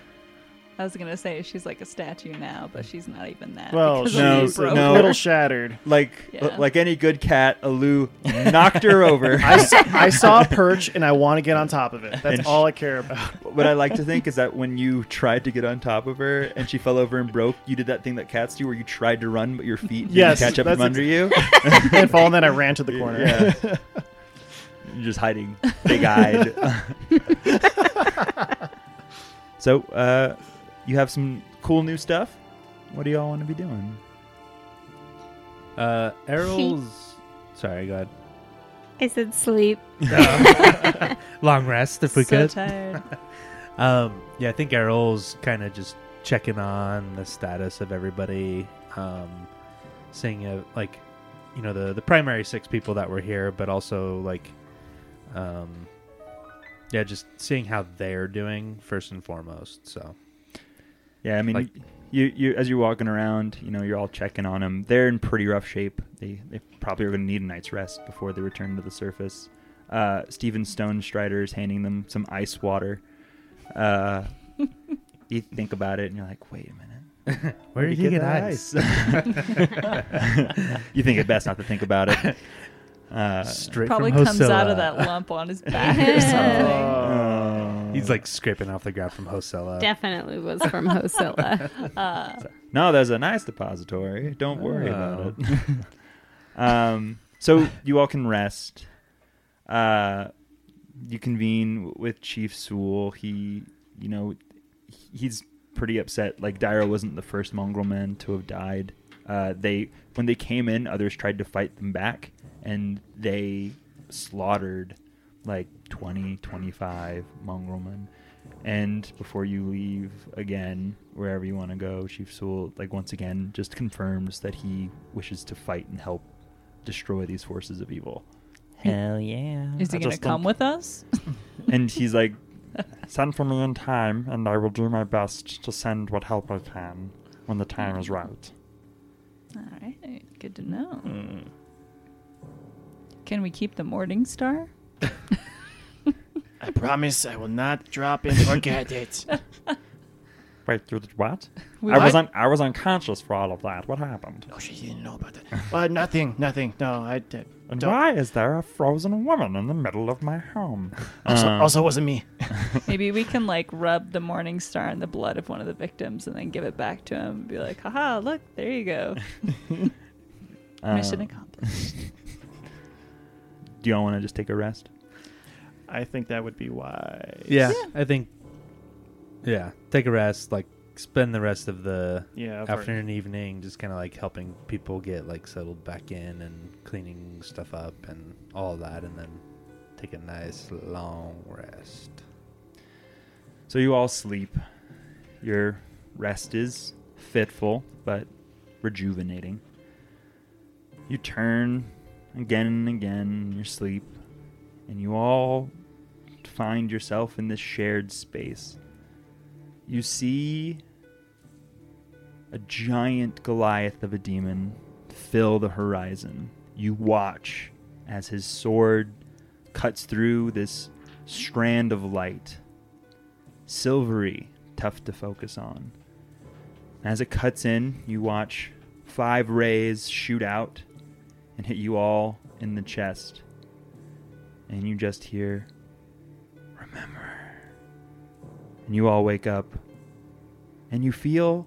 S5: I was gonna say she's like a statue now, but she's not even that.
S3: Well,
S5: because
S1: no,
S5: we
S3: she's
S1: so-
S5: broke
S3: a
S1: no.
S5: her.
S3: little shattered.
S1: Like
S5: Yeah.
S1: like any good cat, Alu knocked her over.
S3: I, s- I saw a perch and I want to get on top of it. That's
S1: And
S3: all I care about.
S1: what I like to think is that when you tried to get on top of her and she fell over and broke, you did that thing that cats do where you tried to run but your feet didn't
S3: Yes,
S1: catch up
S3: that's
S1: from under you.
S3: and fall, and then I ran to the corner.
S1: Yeah. You're just hiding, big eyed. so, uh, you have some cool new stuff. What do y'all want to be doing?
S4: uh, Errol's. Sorry, go ahead.
S2: I said sleep.
S4: Long rest if we
S5: so
S4: could.
S5: tired.
S4: Um, yeah, I think Errol's kind of just checking on the status of everybody, um, seeing uh like, you know, the the primary six people that were here, but also like, um, yeah, just seeing how they're doing first and foremost. So
S1: Yeah, I mean,
S4: Like-
S1: you, you as you're walking around, you know, you're all checking on them. They're in pretty rough shape. They they probably are going to need a night's rest before they return to the surface. Uh, Steven Stone Strider is handing them some ice water. Uh, you think about it, and you're like, wait a minute.
S4: where did you get
S1: that
S4: ice?
S1: ice? you think it best not to think about it. Uh,
S4: Straight
S5: Probably
S4: from
S5: comes out
S4: Hosilla.
S5: of that lump on his back
S2: Yeah.
S5: or something.
S1: Oh.
S4: He's like scraping off the ground from Hosella.
S2: Definitely was from Hosilla.
S5: Uh,
S1: no, there's a nice depository. Don't worry
S4: Oh.
S1: about it. um, so you all can rest. Uh, you convene with Chief Sewell. He, you know, he's pretty upset. Like Dyra wasn't the first mongrel man to have died. Uh, they when they came in, others tried to fight them back, and they slaughtered like 20, 25 mongrel men. And before you leave again, wherever you want to go, Chief Sewell, like once again, just confirms that he wishes to fight and help destroy these forces of evil.
S6: Hell yeah.
S5: Is he
S1: I
S5: going to
S1: just
S5: come
S1: don't-
S5: with us?
S1: And he's like,
S8: Send for me in time, and I will do my best to send what help I can when the time is right.
S5: All right. Good to know.
S6: Hmm.
S5: Can we keep the Morning Star?
S3: I promise I will not drop and forget it.
S8: Wait, you did what?
S5: We
S8: I
S5: might-
S8: was un- I was unconscious for all of that. What happened?
S3: No, she didn't know about that. But nothing, nothing. No, I. d-
S8: And
S3: Don't-
S8: why is there a frozen woman in the middle of my home?
S3: Also,
S1: um,
S3: also wasn't me.
S5: Maybe we can like rub the Morning Star in the blood of one of the victims and then give it back to him and be like, haha, look, there you go.
S8: Uh,
S1: um,
S5: Mission accomplished.
S1: do y'all want to just take a rest?
S3: I think that would be wise.
S4: Yeah, I think. Yeah, take a rest. Like spend the rest of the
S3: Yeah. I've heard.
S4: afternoon, and evening, just kind of like helping people get like settled back in and cleaning stuff up and all that, and then take a nice long rest.
S1: So you all sleep. Your rest is fitful, but rejuvenating. You turn again and again in your sleep, and you all find yourself in this shared space. You see a giant Goliath of a demon fill the horizon. You watch as his sword cuts through this strand of light silvery, tough to focus on. As it cuts in, you watch five rays shoot out and hit you all in the chest. And you just hear, Remember. And you all wake up and you feel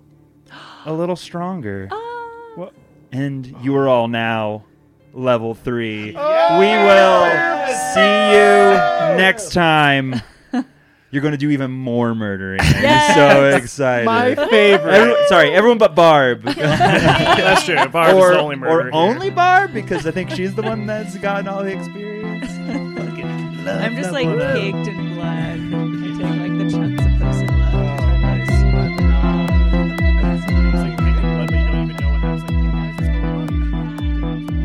S1: a little stronger.
S5: Ah,
S1: And you are all now level three. We will see you next time. You're going to do even more murdering. I'm
S5: Yes.
S1: so excited.
S3: My favorite.
S1: Everyone- sorry, everyone but Barb.
S3: That's true. Barb's
S1: or,
S3: the only murderer.
S1: or
S3: here.
S1: only Barb, because I think she's the one that's gotten all the experience.
S5: Um,
S1: Fucking love
S5: I'm just
S1: that
S5: like
S1: one. uh,
S5: caked in blood. I take like the chunks of this in love. and try not to squirt them out.
S3: It's like, they didn't let me- you don't even know what I was like, "Hey, guys, what's going on?"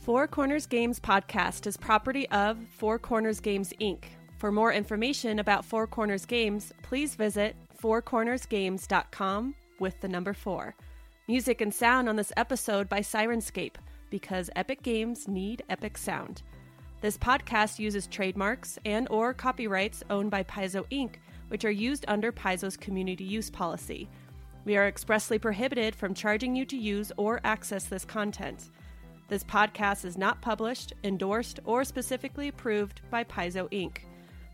S9: Four Corners Games podcast is property of Four Corners Games Inc. For more information about Four Corners Games, please visit fourcornersgames.com with the number 4. Music and sound on this episode by Sirenscape because epic games need epic sound. This podcast uses trademarks and or copyrights owned by Paizo Inc., which are used under Paizo's community use policy. We are expressly prohibited from charging you to use or access this content. This podcast is not published, endorsed, or specifically approved by Paizo Inc.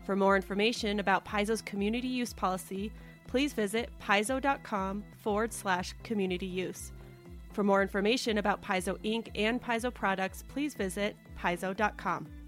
S9: For more information about Paizo's community use policy, please visit paizo.com forward slash community use. For more information about Paizo Inc. and Paizo products, please visit paizo.com.